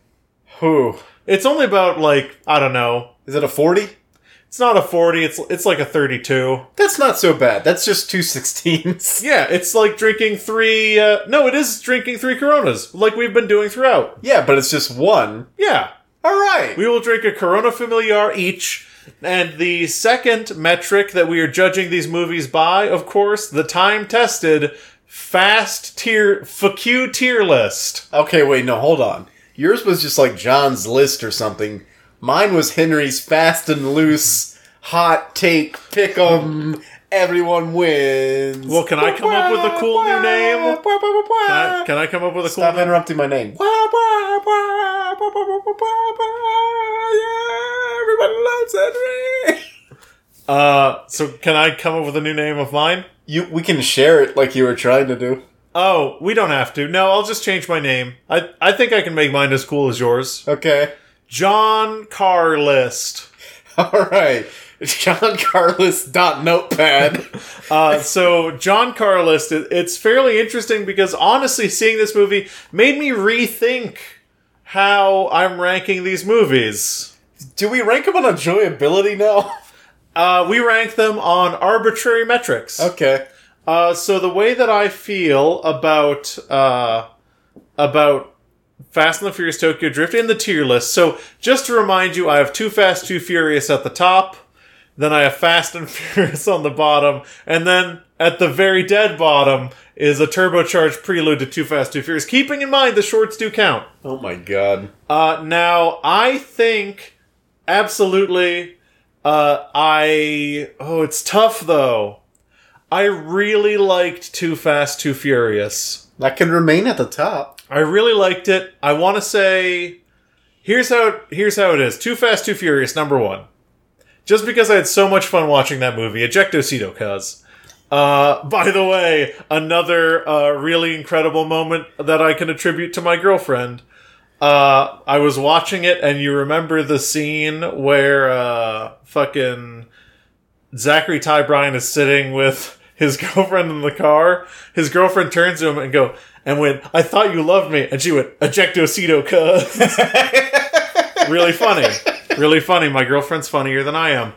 [SPEAKER 3] Who?
[SPEAKER 2] It's only about like, I don't know.
[SPEAKER 3] Is it a 40?
[SPEAKER 2] It's not a 40, it's it's like a 32.
[SPEAKER 3] That's not so bad. That's just two 16s.
[SPEAKER 2] Yeah, it's like drinking 3 uh no, it is drinking 3 Coronas like we've been doing throughout.
[SPEAKER 3] Yeah, but it's just one.
[SPEAKER 2] Yeah.
[SPEAKER 3] All right.
[SPEAKER 2] We will drink a Corona Familiar each. And the second metric that we are judging these movies by, of course, the time tested fast tier FQ tier list.
[SPEAKER 3] Okay, wait, no, hold on. Yours was just like John's list or something. Mine was Henry's fast and loose, hot take, pick 'em, everyone wins.
[SPEAKER 2] Well, can I come up with a cool new name? Can I, can I come up with a cool
[SPEAKER 3] Stop
[SPEAKER 2] name?
[SPEAKER 3] interrupting my name. Everybody loves Henry.
[SPEAKER 2] Uh, so can I come up with a new name of mine?
[SPEAKER 3] You, we can share it like you were trying to do.
[SPEAKER 2] Oh, we don't have to. No, I'll just change my name. I I think I can make mine as cool as yours.
[SPEAKER 3] Okay.
[SPEAKER 2] John Carr list.
[SPEAKER 3] All right. John Carlos dot notepad.
[SPEAKER 2] Uh, so John Carr list. it- It's fairly interesting because honestly, seeing this movie made me rethink how I'm ranking these movies.
[SPEAKER 3] Do we rank him on enjoyability now?
[SPEAKER 2] Uh, we rank them on arbitrary metrics.
[SPEAKER 3] Okay.
[SPEAKER 2] Uh, so the way that I feel about uh, about Fast and the Furious Tokyo Drift in the tier list. So just to remind you, I have Too Fast, Too Furious at the top. Then I have Fast and Furious on the bottom, and then at the very dead bottom is a turbocharged prelude to Too Fast, Too Furious. Keeping in mind the shorts do count.
[SPEAKER 3] Oh my god.
[SPEAKER 2] Uh, now I think absolutely. Uh, I oh, it's tough though. I really liked Too Fast, Too Furious.
[SPEAKER 3] That can remain at the top.
[SPEAKER 2] I really liked it. I want to say, here's how it, here's how it is. Too Fast, Too Furious, number one. Just because I had so much fun watching that movie, Ejectocito, cuz. Uh, by the way, another uh, really incredible moment that I can attribute to my girlfriend. Uh, I was watching it, and you remember the scene where uh, fucking Zachary Ty Bryan is sitting with his girlfriend in the car. His girlfriend turns to him and go and went, "I thought you loved me," and she went, "Ejectocito, cuz." really funny, really funny. My girlfriend's funnier than I am.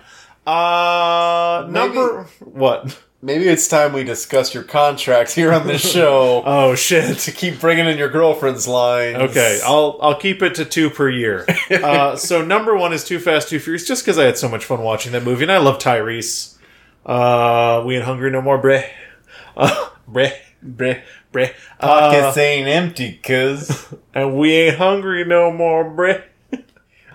[SPEAKER 2] Uh, number what?
[SPEAKER 3] Maybe it's time we discuss your contract here on this show.
[SPEAKER 2] Oh shit.
[SPEAKER 3] to keep bringing in your girlfriend's lines.
[SPEAKER 2] Okay, I'll I'll keep it to two per year. Uh, so number one is Too Fast, Too Furious, just because I had so much fun watching that movie, and I love Tyrese. Uh, we ain't hungry no more, breh, uh, breh, breh, breh. Uh,
[SPEAKER 3] Pockets ain't empty, cuz.
[SPEAKER 2] and we ain't hungry no more, breh.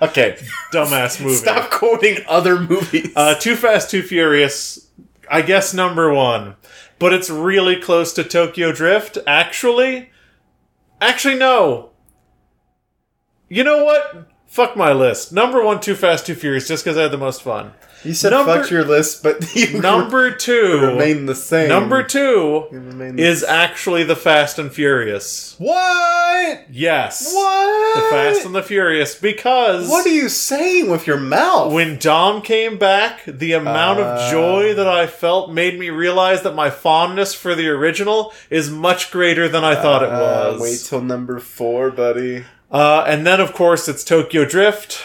[SPEAKER 3] Okay.
[SPEAKER 2] Dumbass movie.
[SPEAKER 3] Stop quoting other movies.
[SPEAKER 2] Uh, Too Fast, Too Furious. I guess number one, but it's really close to Tokyo Drift. Actually, actually no. You know what? Fuck my list. Number one, Too Fast, Too Furious, just because I had the most fun.
[SPEAKER 3] You said
[SPEAKER 2] Number-
[SPEAKER 3] fuck your list, but you
[SPEAKER 2] Number two,
[SPEAKER 3] remain the same.
[SPEAKER 2] number two
[SPEAKER 3] Remain the-
[SPEAKER 2] is actually the Fast and Furious.
[SPEAKER 3] what?
[SPEAKER 2] Yes,
[SPEAKER 3] What?
[SPEAKER 2] the Fast and the Furious because
[SPEAKER 3] What are you saying with your mouth?
[SPEAKER 2] when Dom came back, the amount
[SPEAKER 3] Ah.
[SPEAKER 2] of joy that I felt made me realize that my fondness for the original is much greater than I thought it
[SPEAKER 3] Uh, wait
[SPEAKER 2] was.
[SPEAKER 3] till number four, buddy.
[SPEAKER 2] Uh, and then, of course, it's Tokyo Drift,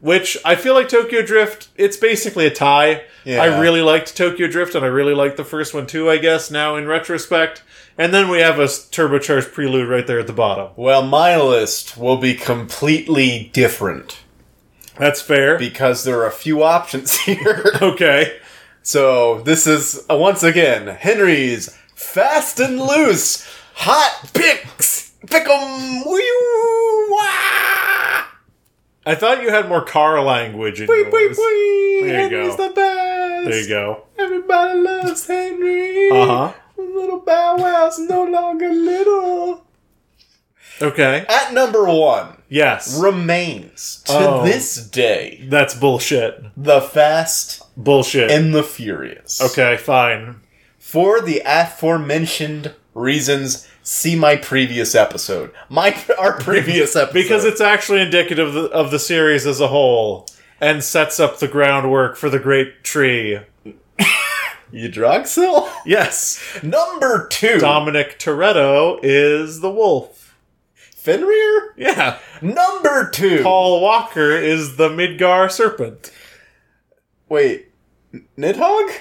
[SPEAKER 2] which I feel like Tokyo Drift, it's basically a tie.
[SPEAKER 3] Yeah.
[SPEAKER 2] I really liked Tokyo Drift, and I really liked the first one too, I guess, now in retrospect. And then we have a s- turbocharged prelude right there at the bottom.
[SPEAKER 3] Well, my list will be completely different
[SPEAKER 2] That's fair.
[SPEAKER 3] because there are a few options here.
[SPEAKER 2] okay.
[SPEAKER 3] So this is uh, once again Henry's fast and loose hot picks. Pick 'em, wee
[SPEAKER 2] I thought you had more car language in
[SPEAKER 3] Wee, wee,
[SPEAKER 2] yours.
[SPEAKER 3] wee.
[SPEAKER 2] There you go.
[SPEAKER 3] Henry's the best.
[SPEAKER 2] There you go.
[SPEAKER 3] Everybody loves Henry.
[SPEAKER 2] Uh huh.
[SPEAKER 3] Little Bow Wow's no longer little.
[SPEAKER 2] Okay.
[SPEAKER 3] At number one
[SPEAKER 2] Yes.
[SPEAKER 3] remains to
[SPEAKER 2] Oh.
[SPEAKER 3] this day
[SPEAKER 2] That's bullshit.
[SPEAKER 3] the Fast
[SPEAKER 2] Bullshit.
[SPEAKER 3] and the Furious.
[SPEAKER 2] okay, fine.
[SPEAKER 3] For the aforementioned reasons, see my previous episode. My our previous episode
[SPEAKER 2] Because it's actually indicative of the, of the series as a whole and sets up the groundwork for the great tree.
[SPEAKER 3] you Yudroxil?
[SPEAKER 2] Yes.
[SPEAKER 3] Number two,
[SPEAKER 2] Dominic Toretto is the wolf.
[SPEAKER 3] Fenrir.
[SPEAKER 2] Yeah.
[SPEAKER 3] Number two.
[SPEAKER 2] Paul Walker is the Midgar serpent.
[SPEAKER 3] Wait, N- Nidhogg?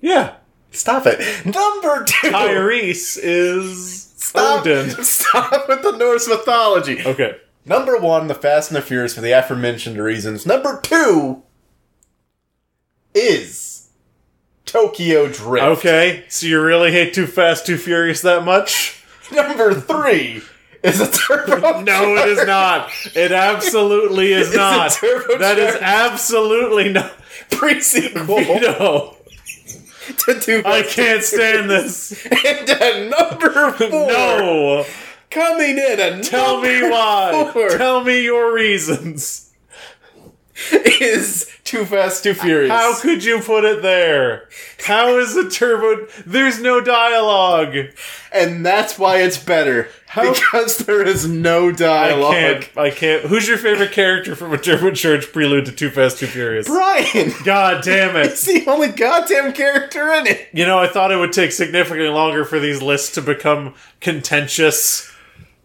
[SPEAKER 2] Yeah.
[SPEAKER 3] Stop it. Number two.
[SPEAKER 2] Tyrese is
[SPEAKER 3] Stop.
[SPEAKER 2] Odin.
[SPEAKER 3] Stop with the Norse mythology.
[SPEAKER 2] Okay.
[SPEAKER 3] Number one, The Fast and the Furious for the aforementioned reasons. Number two is Tokyo Drift.
[SPEAKER 2] Okay. So you really hate Too Fast, Too Furious that much?
[SPEAKER 3] Number three is a turbo.
[SPEAKER 2] No, it is not. It absolutely is
[SPEAKER 3] It's a
[SPEAKER 2] not.
[SPEAKER 3] turbocharged-
[SPEAKER 2] That is absolutely not.
[SPEAKER 3] pre sequel
[SPEAKER 2] No,
[SPEAKER 3] to two.
[SPEAKER 2] I can't stand this.
[SPEAKER 3] And at number four,
[SPEAKER 2] No,
[SPEAKER 3] coming in and
[SPEAKER 2] tell me why.
[SPEAKER 3] Four.
[SPEAKER 2] Tell me your reasons.
[SPEAKER 3] is Too Fast, Too Furious.
[SPEAKER 2] How could you put it there? How is the turbo? There's no dialogue.
[SPEAKER 3] and that's why it's better
[SPEAKER 2] How-
[SPEAKER 3] because there is no
[SPEAKER 2] I
[SPEAKER 3] dialogue.
[SPEAKER 2] can't. I can't. Who's your favorite character from a Turbo Church prelude to Too Fast, Too Furious?
[SPEAKER 3] Brian,
[SPEAKER 2] God damn it!
[SPEAKER 3] it's the only goddamn character in it.
[SPEAKER 2] You know, I thought it would take significantly longer for these lists to become contentious.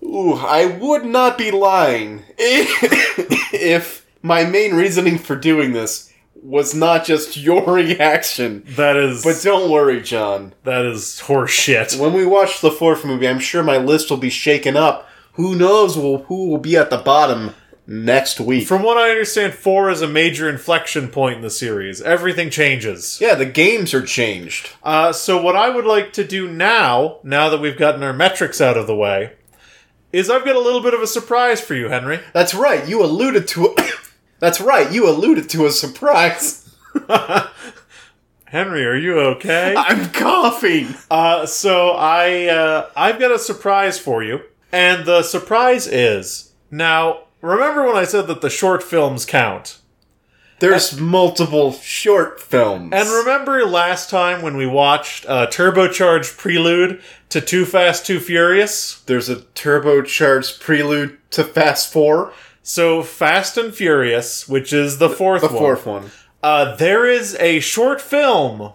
[SPEAKER 3] Ooh, I would not be lying if, if my main reasoning for doing this was not just your reaction.
[SPEAKER 2] That is.
[SPEAKER 3] But don't worry, John.
[SPEAKER 2] That is horseshit.
[SPEAKER 3] When we watch the fourth movie, I'm sure my list will be shaken up. Who knows will- who will be at the bottom next week?
[SPEAKER 2] From what I understand, four is a major inflection point in the series. Everything changes.
[SPEAKER 3] yeah, the games are changed.
[SPEAKER 2] Uh, so, what I would like to do now, now that we've gotten our metrics out of the way, is I've got a little bit of a surprise for you, Henry.
[SPEAKER 3] That's right. You alluded to. That's right. You alluded to a surprise.
[SPEAKER 2] Henry, are you okay?
[SPEAKER 3] I'm coughing.
[SPEAKER 2] Uh, so I uh, I've got a surprise for you, and the surprise is now. Remember when I said that the short films count?
[SPEAKER 3] There's multiple short films.
[SPEAKER 2] And remember last time when we watched uh, Turbocharged Prelude to Too Fast, Too Furious?
[SPEAKER 3] There's a turbocharged prelude to Fast Four,
[SPEAKER 2] So Fast and Furious, which is the fourth
[SPEAKER 3] the
[SPEAKER 2] one,
[SPEAKER 3] fourth one.
[SPEAKER 2] Uh, there is a short film.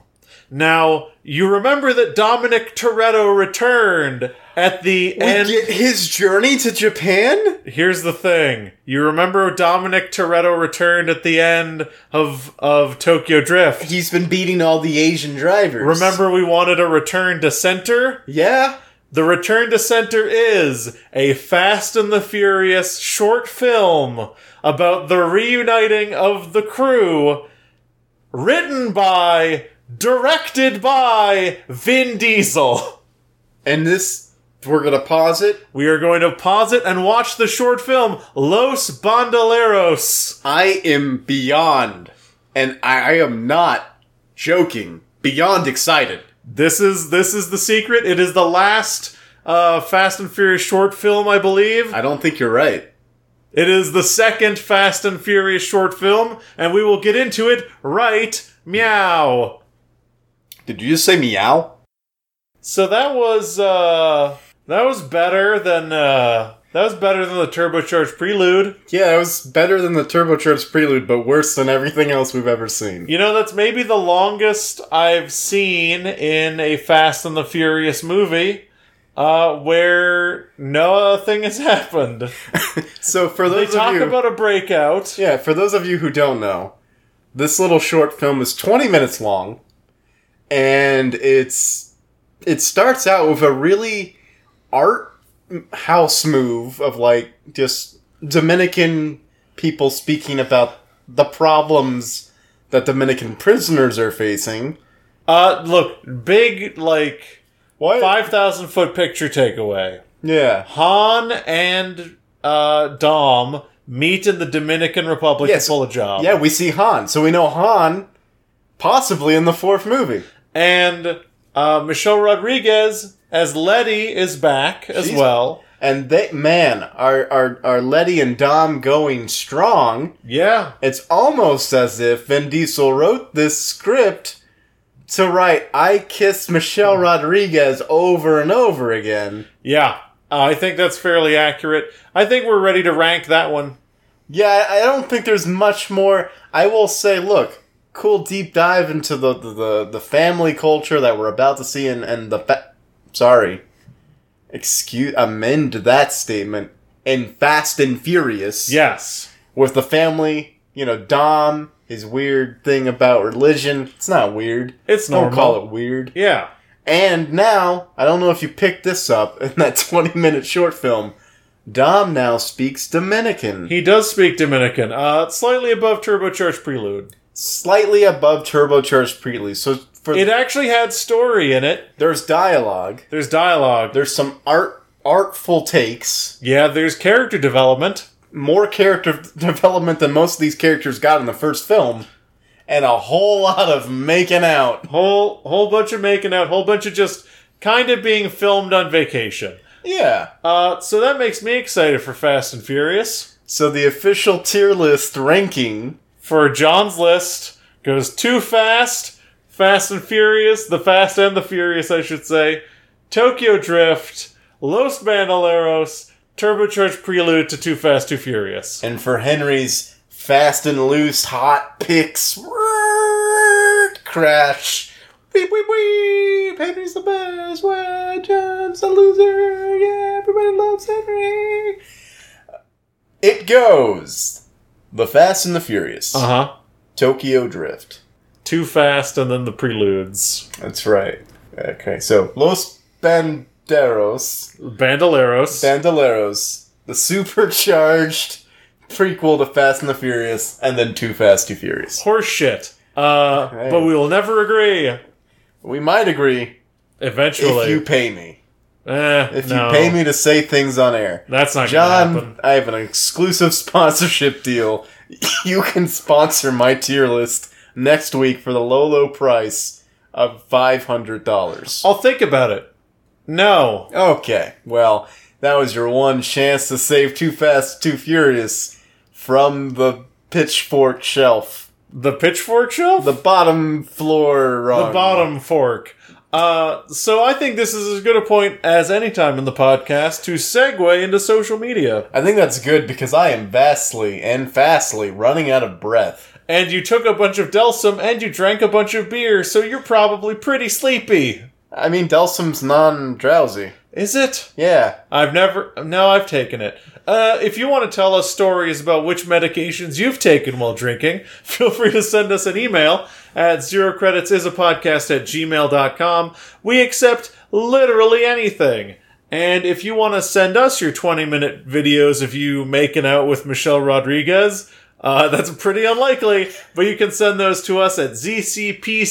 [SPEAKER 2] Now, you remember that Dominic Toretto returned at the end.
[SPEAKER 3] we get his journey to Japan.
[SPEAKER 2] Here's the thing. You remember Dominic Toretto returned at the end of, of Tokyo Drift.
[SPEAKER 3] He's been beating all the Asian drivers.
[SPEAKER 2] Remember we wanted a return to center?
[SPEAKER 3] Yeah.
[SPEAKER 2] The Return to Center is a Fast and the Furious short film about the reuniting of the crew, written by, directed by Vin Diesel.
[SPEAKER 3] And this, we're gonna pause it.
[SPEAKER 2] We are going to pause it and watch the short film Los Bandoleros.
[SPEAKER 3] I am beyond, and I, I am not joking. Beyond excited.
[SPEAKER 2] This is this is the secret. It is the last uh, Fast and Furious short film, I believe.
[SPEAKER 3] I don't think you're right.
[SPEAKER 2] It is the second Fast and Furious short film, and we will get into it right meow.
[SPEAKER 6] Did you just say meow?
[SPEAKER 2] So that was uh that was better than uh that was better than the turbocharged prelude.
[SPEAKER 3] Yeah, it was better than the Turbocharged Prelude, but worse than everything else we've ever seen.
[SPEAKER 2] You know, that's maybe the longest I've seen in a Fast and the Furious movie. Uh, where no thing has happened.
[SPEAKER 3] So for
[SPEAKER 2] They
[SPEAKER 3] those of
[SPEAKER 2] talk
[SPEAKER 3] you,
[SPEAKER 2] about a breakout.
[SPEAKER 3] yeah, for those of you who don't know, this little short film is 20 minutes long, and it's it starts out with a really art house move of like just Dominican people speaking about the problems that Dominican prisoners are facing.
[SPEAKER 2] Uh, look, big, like,
[SPEAKER 3] Why?
[SPEAKER 2] 5,000 foot picture takeaway.
[SPEAKER 3] Yeah.
[SPEAKER 2] Han and, uh, Dom meet in the Dominican Republic
[SPEAKER 3] Yes.
[SPEAKER 2] to pull a job.
[SPEAKER 3] Yeah, we see Han, so we know Han possibly in the fourth movie.
[SPEAKER 2] And, uh, Michelle Rodriguez as Letty is back as
[SPEAKER 3] She's-
[SPEAKER 2] well.
[SPEAKER 3] And they, man, are are are Letty and Dom going strong?
[SPEAKER 2] Yeah.
[SPEAKER 3] It's almost as if Vin Diesel wrote this script to write "I kissed Michelle Rodriguez" over and over again.
[SPEAKER 2] Yeah. Uh, I think that's fairly accurate. I think we're ready to rank that one.
[SPEAKER 3] Yeah, I I don't think there's much more. I will say, look, cool deep dive into the the, the, the family culture that we're about to see, and and the fa- sorry, excuse amend that statement in Fast and Furious.
[SPEAKER 2] Yes.
[SPEAKER 3] with the family, you know, Dom, his weird thing about religion. It's not weird.
[SPEAKER 2] It's
[SPEAKER 3] Don't
[SPEAKER 2] normal.
[SPEAKER 3] call it weird.
[SPEAKER 2] Yeah.
[SPEAKER 3] And now, I don't know if you picked this up in that 20 minute short film, Dom now speaks Dominican.
[SPEAKER 2] He does speak Dominican. Uh, slightly above Turbocharged Prelude.
[SPEAKER 3] slightly above Turbocharged Prelude. So for
[SPEAKER 2] It actually had story in it.
[SPEAKER 3] there's dialogue,
[SPEAKER 2] There's dialogue.
[SPEAKER 3] there's some art artful takes,
[SPEAKER 2] yeah, there's character development.
[SPEAKER 3] more character development than most of these characters got in the first film, and a whole lot of making out.
[SPEAKER 2] Whole whole bunch of making out, whole bunch of just kind of being filmed on vacation.
[SPEAKER 3] Yeah.
[SPEAKER 2] Uh, so that makes me excited for Fast and Furious.
[SPEAKER 3] So the official tier list ranking.
[SPEAKER 2] For John's list goes Too Fast, Fast and Furious, The Fast and the Furious, I should say, Tokyo Drift, Los Bandoleros, Turbocharged Prelude to Too Fast, Too Furious.
[SPEAKER 3] And for Henry's fast and loose hot picks, word, crash. Weep, weep, weep. Henry's the best. Why John's a loser. Yeah, everybody loves Henry. It goes The Fast and the Furious,
[SPEAKER 2] Uh huh.
[SPEAKER 3] Tokyo Drift.
[SPEAKER 2] Too Fast, and then the Preludes.
[SPEAKER 3] That's right. Okay, so Los Banderos.
[SPEAKER 2] Bandoleros.
[SPEAKER 3] Bandoleros, the supercharged prequel to Fast and the Furious, and then Too Fast, Too Furious.
[SPEAKER 2] horse shit. Uh,
[SPEAKER 3] Hey.
[SPEAKER 2] But we will never agree.
[SPEAKER 3] We might agree if
[SPEAKER 2] Eventually,
[SPEAKER 3] you pay me.
[SPEAKER 2] Eh,
[SPEAKER 3] If
[SPEAKER 2] no.
[SPEAKER 3] you pay me to say things on air.
[SPEAKER 2] that's not gonna
[SPEAKER 3] John,
[SPEAKER 2] happen.
[SPEAKER 3] I have an exclusive sponsorship deal. You can sponsor my tier list next week for the low, low price of $500.
[SPEAKER 2] I'll think about it. No,
[SPEAKER 3] Okay, well, that was your one chance to save Too Fast, Too Furious from the pitchfork shelf.
[SPEAKER 2] the pitchfork shelf,
[SPEAKER 3] The bottom floor
[SPEAKER 2] The
[SPEAKER 3] rung.
[SPEAKER 2] bottom fork. Uh, so I think this is as good a point as any time in the podcast to segue into social media.
[SPEAKER 3] I think that's good because I am vastly and fastly running out of breath.
[SPEAKER 2] And you took a bunch of Delsum and you drank a bunch of beer, so you're probably pretty sleepy.
[SPEAKER 3] I mean, Delsum's non drowsy.
[SPEAKER 2] Is it?
[SPEAKER 3] Yeah.
[SPEAKER 2] I've never. No, I've taken it. Uh, if you want to tell us stories about which medications you've taken while drinking, feel free to send us an email at zerocreditsisapodcast at gmail.com. We accept literally anything. And if you want to send us your 20 minute videos of you making out with Michelle Rodriguez, uh, that's pretty unlikely, but you can send those to us at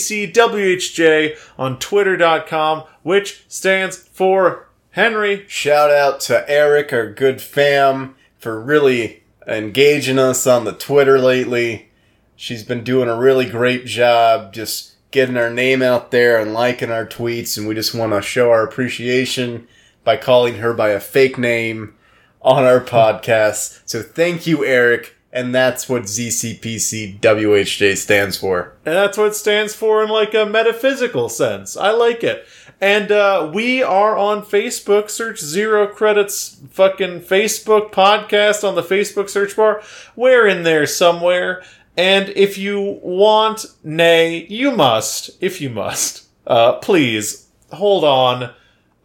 [SPEAKER 2] ZCPCWHJ on twitter.com, which stands for Henry
[SPEAKER 3] Shout out to Eric, our good fam, for really engaging us on the Twitter lately. She's been doing a really great job just getting our name out there and liking our tweets, and we just want to show our appreciation by calling her by a fake name on our podcast. So thank you, Eric. And that's what ZCPCWHJ stands for.
[SPEAKER 2] And that's what it stands for in like a metaphysical sense. I like it. And uh, we are on Facebook. Search Zero Credits fucking Facebook podcast on the Facebook search bar. We're in there somewhere. And if you want, nay, you must, if you must, uh, please hold on.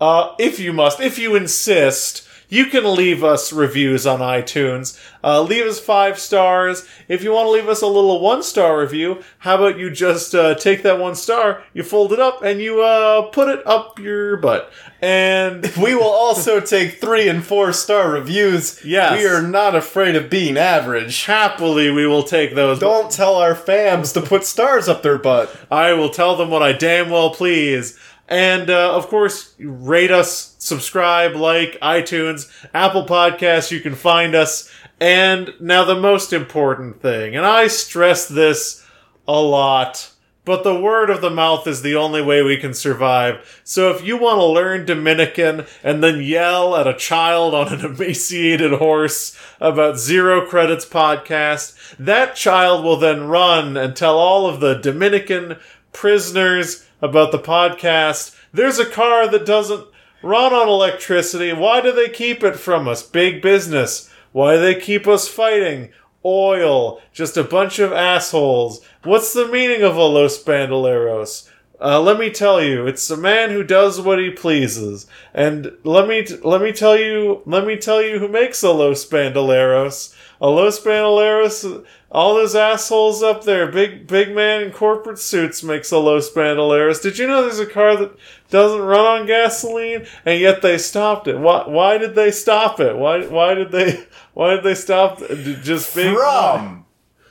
[SPEAKER 2] Uh, if you must, if you insist, you can leave us reviews on iTunes. Uh, leave us five stars. If you want to leave us a little one star review, how about you just uh, take that one star, you fold it up, and you uh, put it up your butt. And
[SPEAKER 3] We will also take three and four star reviews.
[SPEAKER 2] Yes.
[SPEAKER 3] We are not afraid of being average.
[SPEAKER 2] happily, we will take those.
[SPEAKER 3] Don't tell our fams to put stars up their butt.
[SPEAKER 2] I will tell them what I damn well please. And uh, of course, rate us, subscribe, like iTunes, Apple Podcasts. You can find us. And now the most important thing, and I stress this a lot, but the word of the mouth is the only way we can survive. So if you want to learn Dominican and then yell at a child on an emaciated horse about Zero Credits podcast, that child will then run and tell all of the Dominican prisoners about the podcast. There's a car that doesn't run on electricity. Why do they keep it from us? Big business. Why do they keep us fighting? Oil. Just a bunch of assholes. What's the meaning of a Los Bandoleros? Uh, let me tell you, it's a man who does what he pleases. And let me t- let me tell you let me tell you who makes a Los Bandoleros. A Los Bandoleros, all those assholes up there, big big man in corporate suits makes a Los Bandoleros. Did you know there's a car that doesn't run on gasoline, and yet they stopped it? Why why did they stop it? Why why did they why did they stop th- just being
[SPEAKER 3] From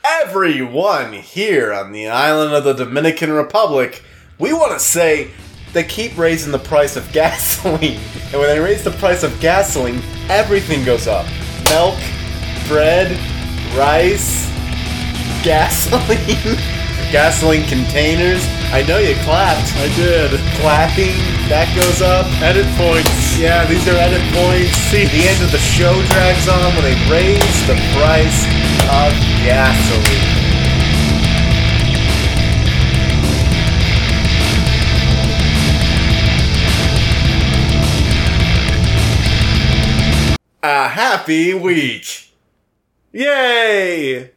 [SPEAKER 3] everyone here on the island of the Dominican Republic, we want to say they keep raising the price of gasoline. And when they raise the price of gasoline, everything goes up milk, bread, rice, gasoline, gasoline containers. I know you clapped.
[SPEAKER 2] I did.
[SPEAKER 3] Clapping, that goes up.
[SPEAKER 2] Edit points.
[SPEAKER 3] Yeah, these are edit points. See, the end of the show drags on when they raise the price of gasoline. A happy week.
[SPEAKER 2] Yay!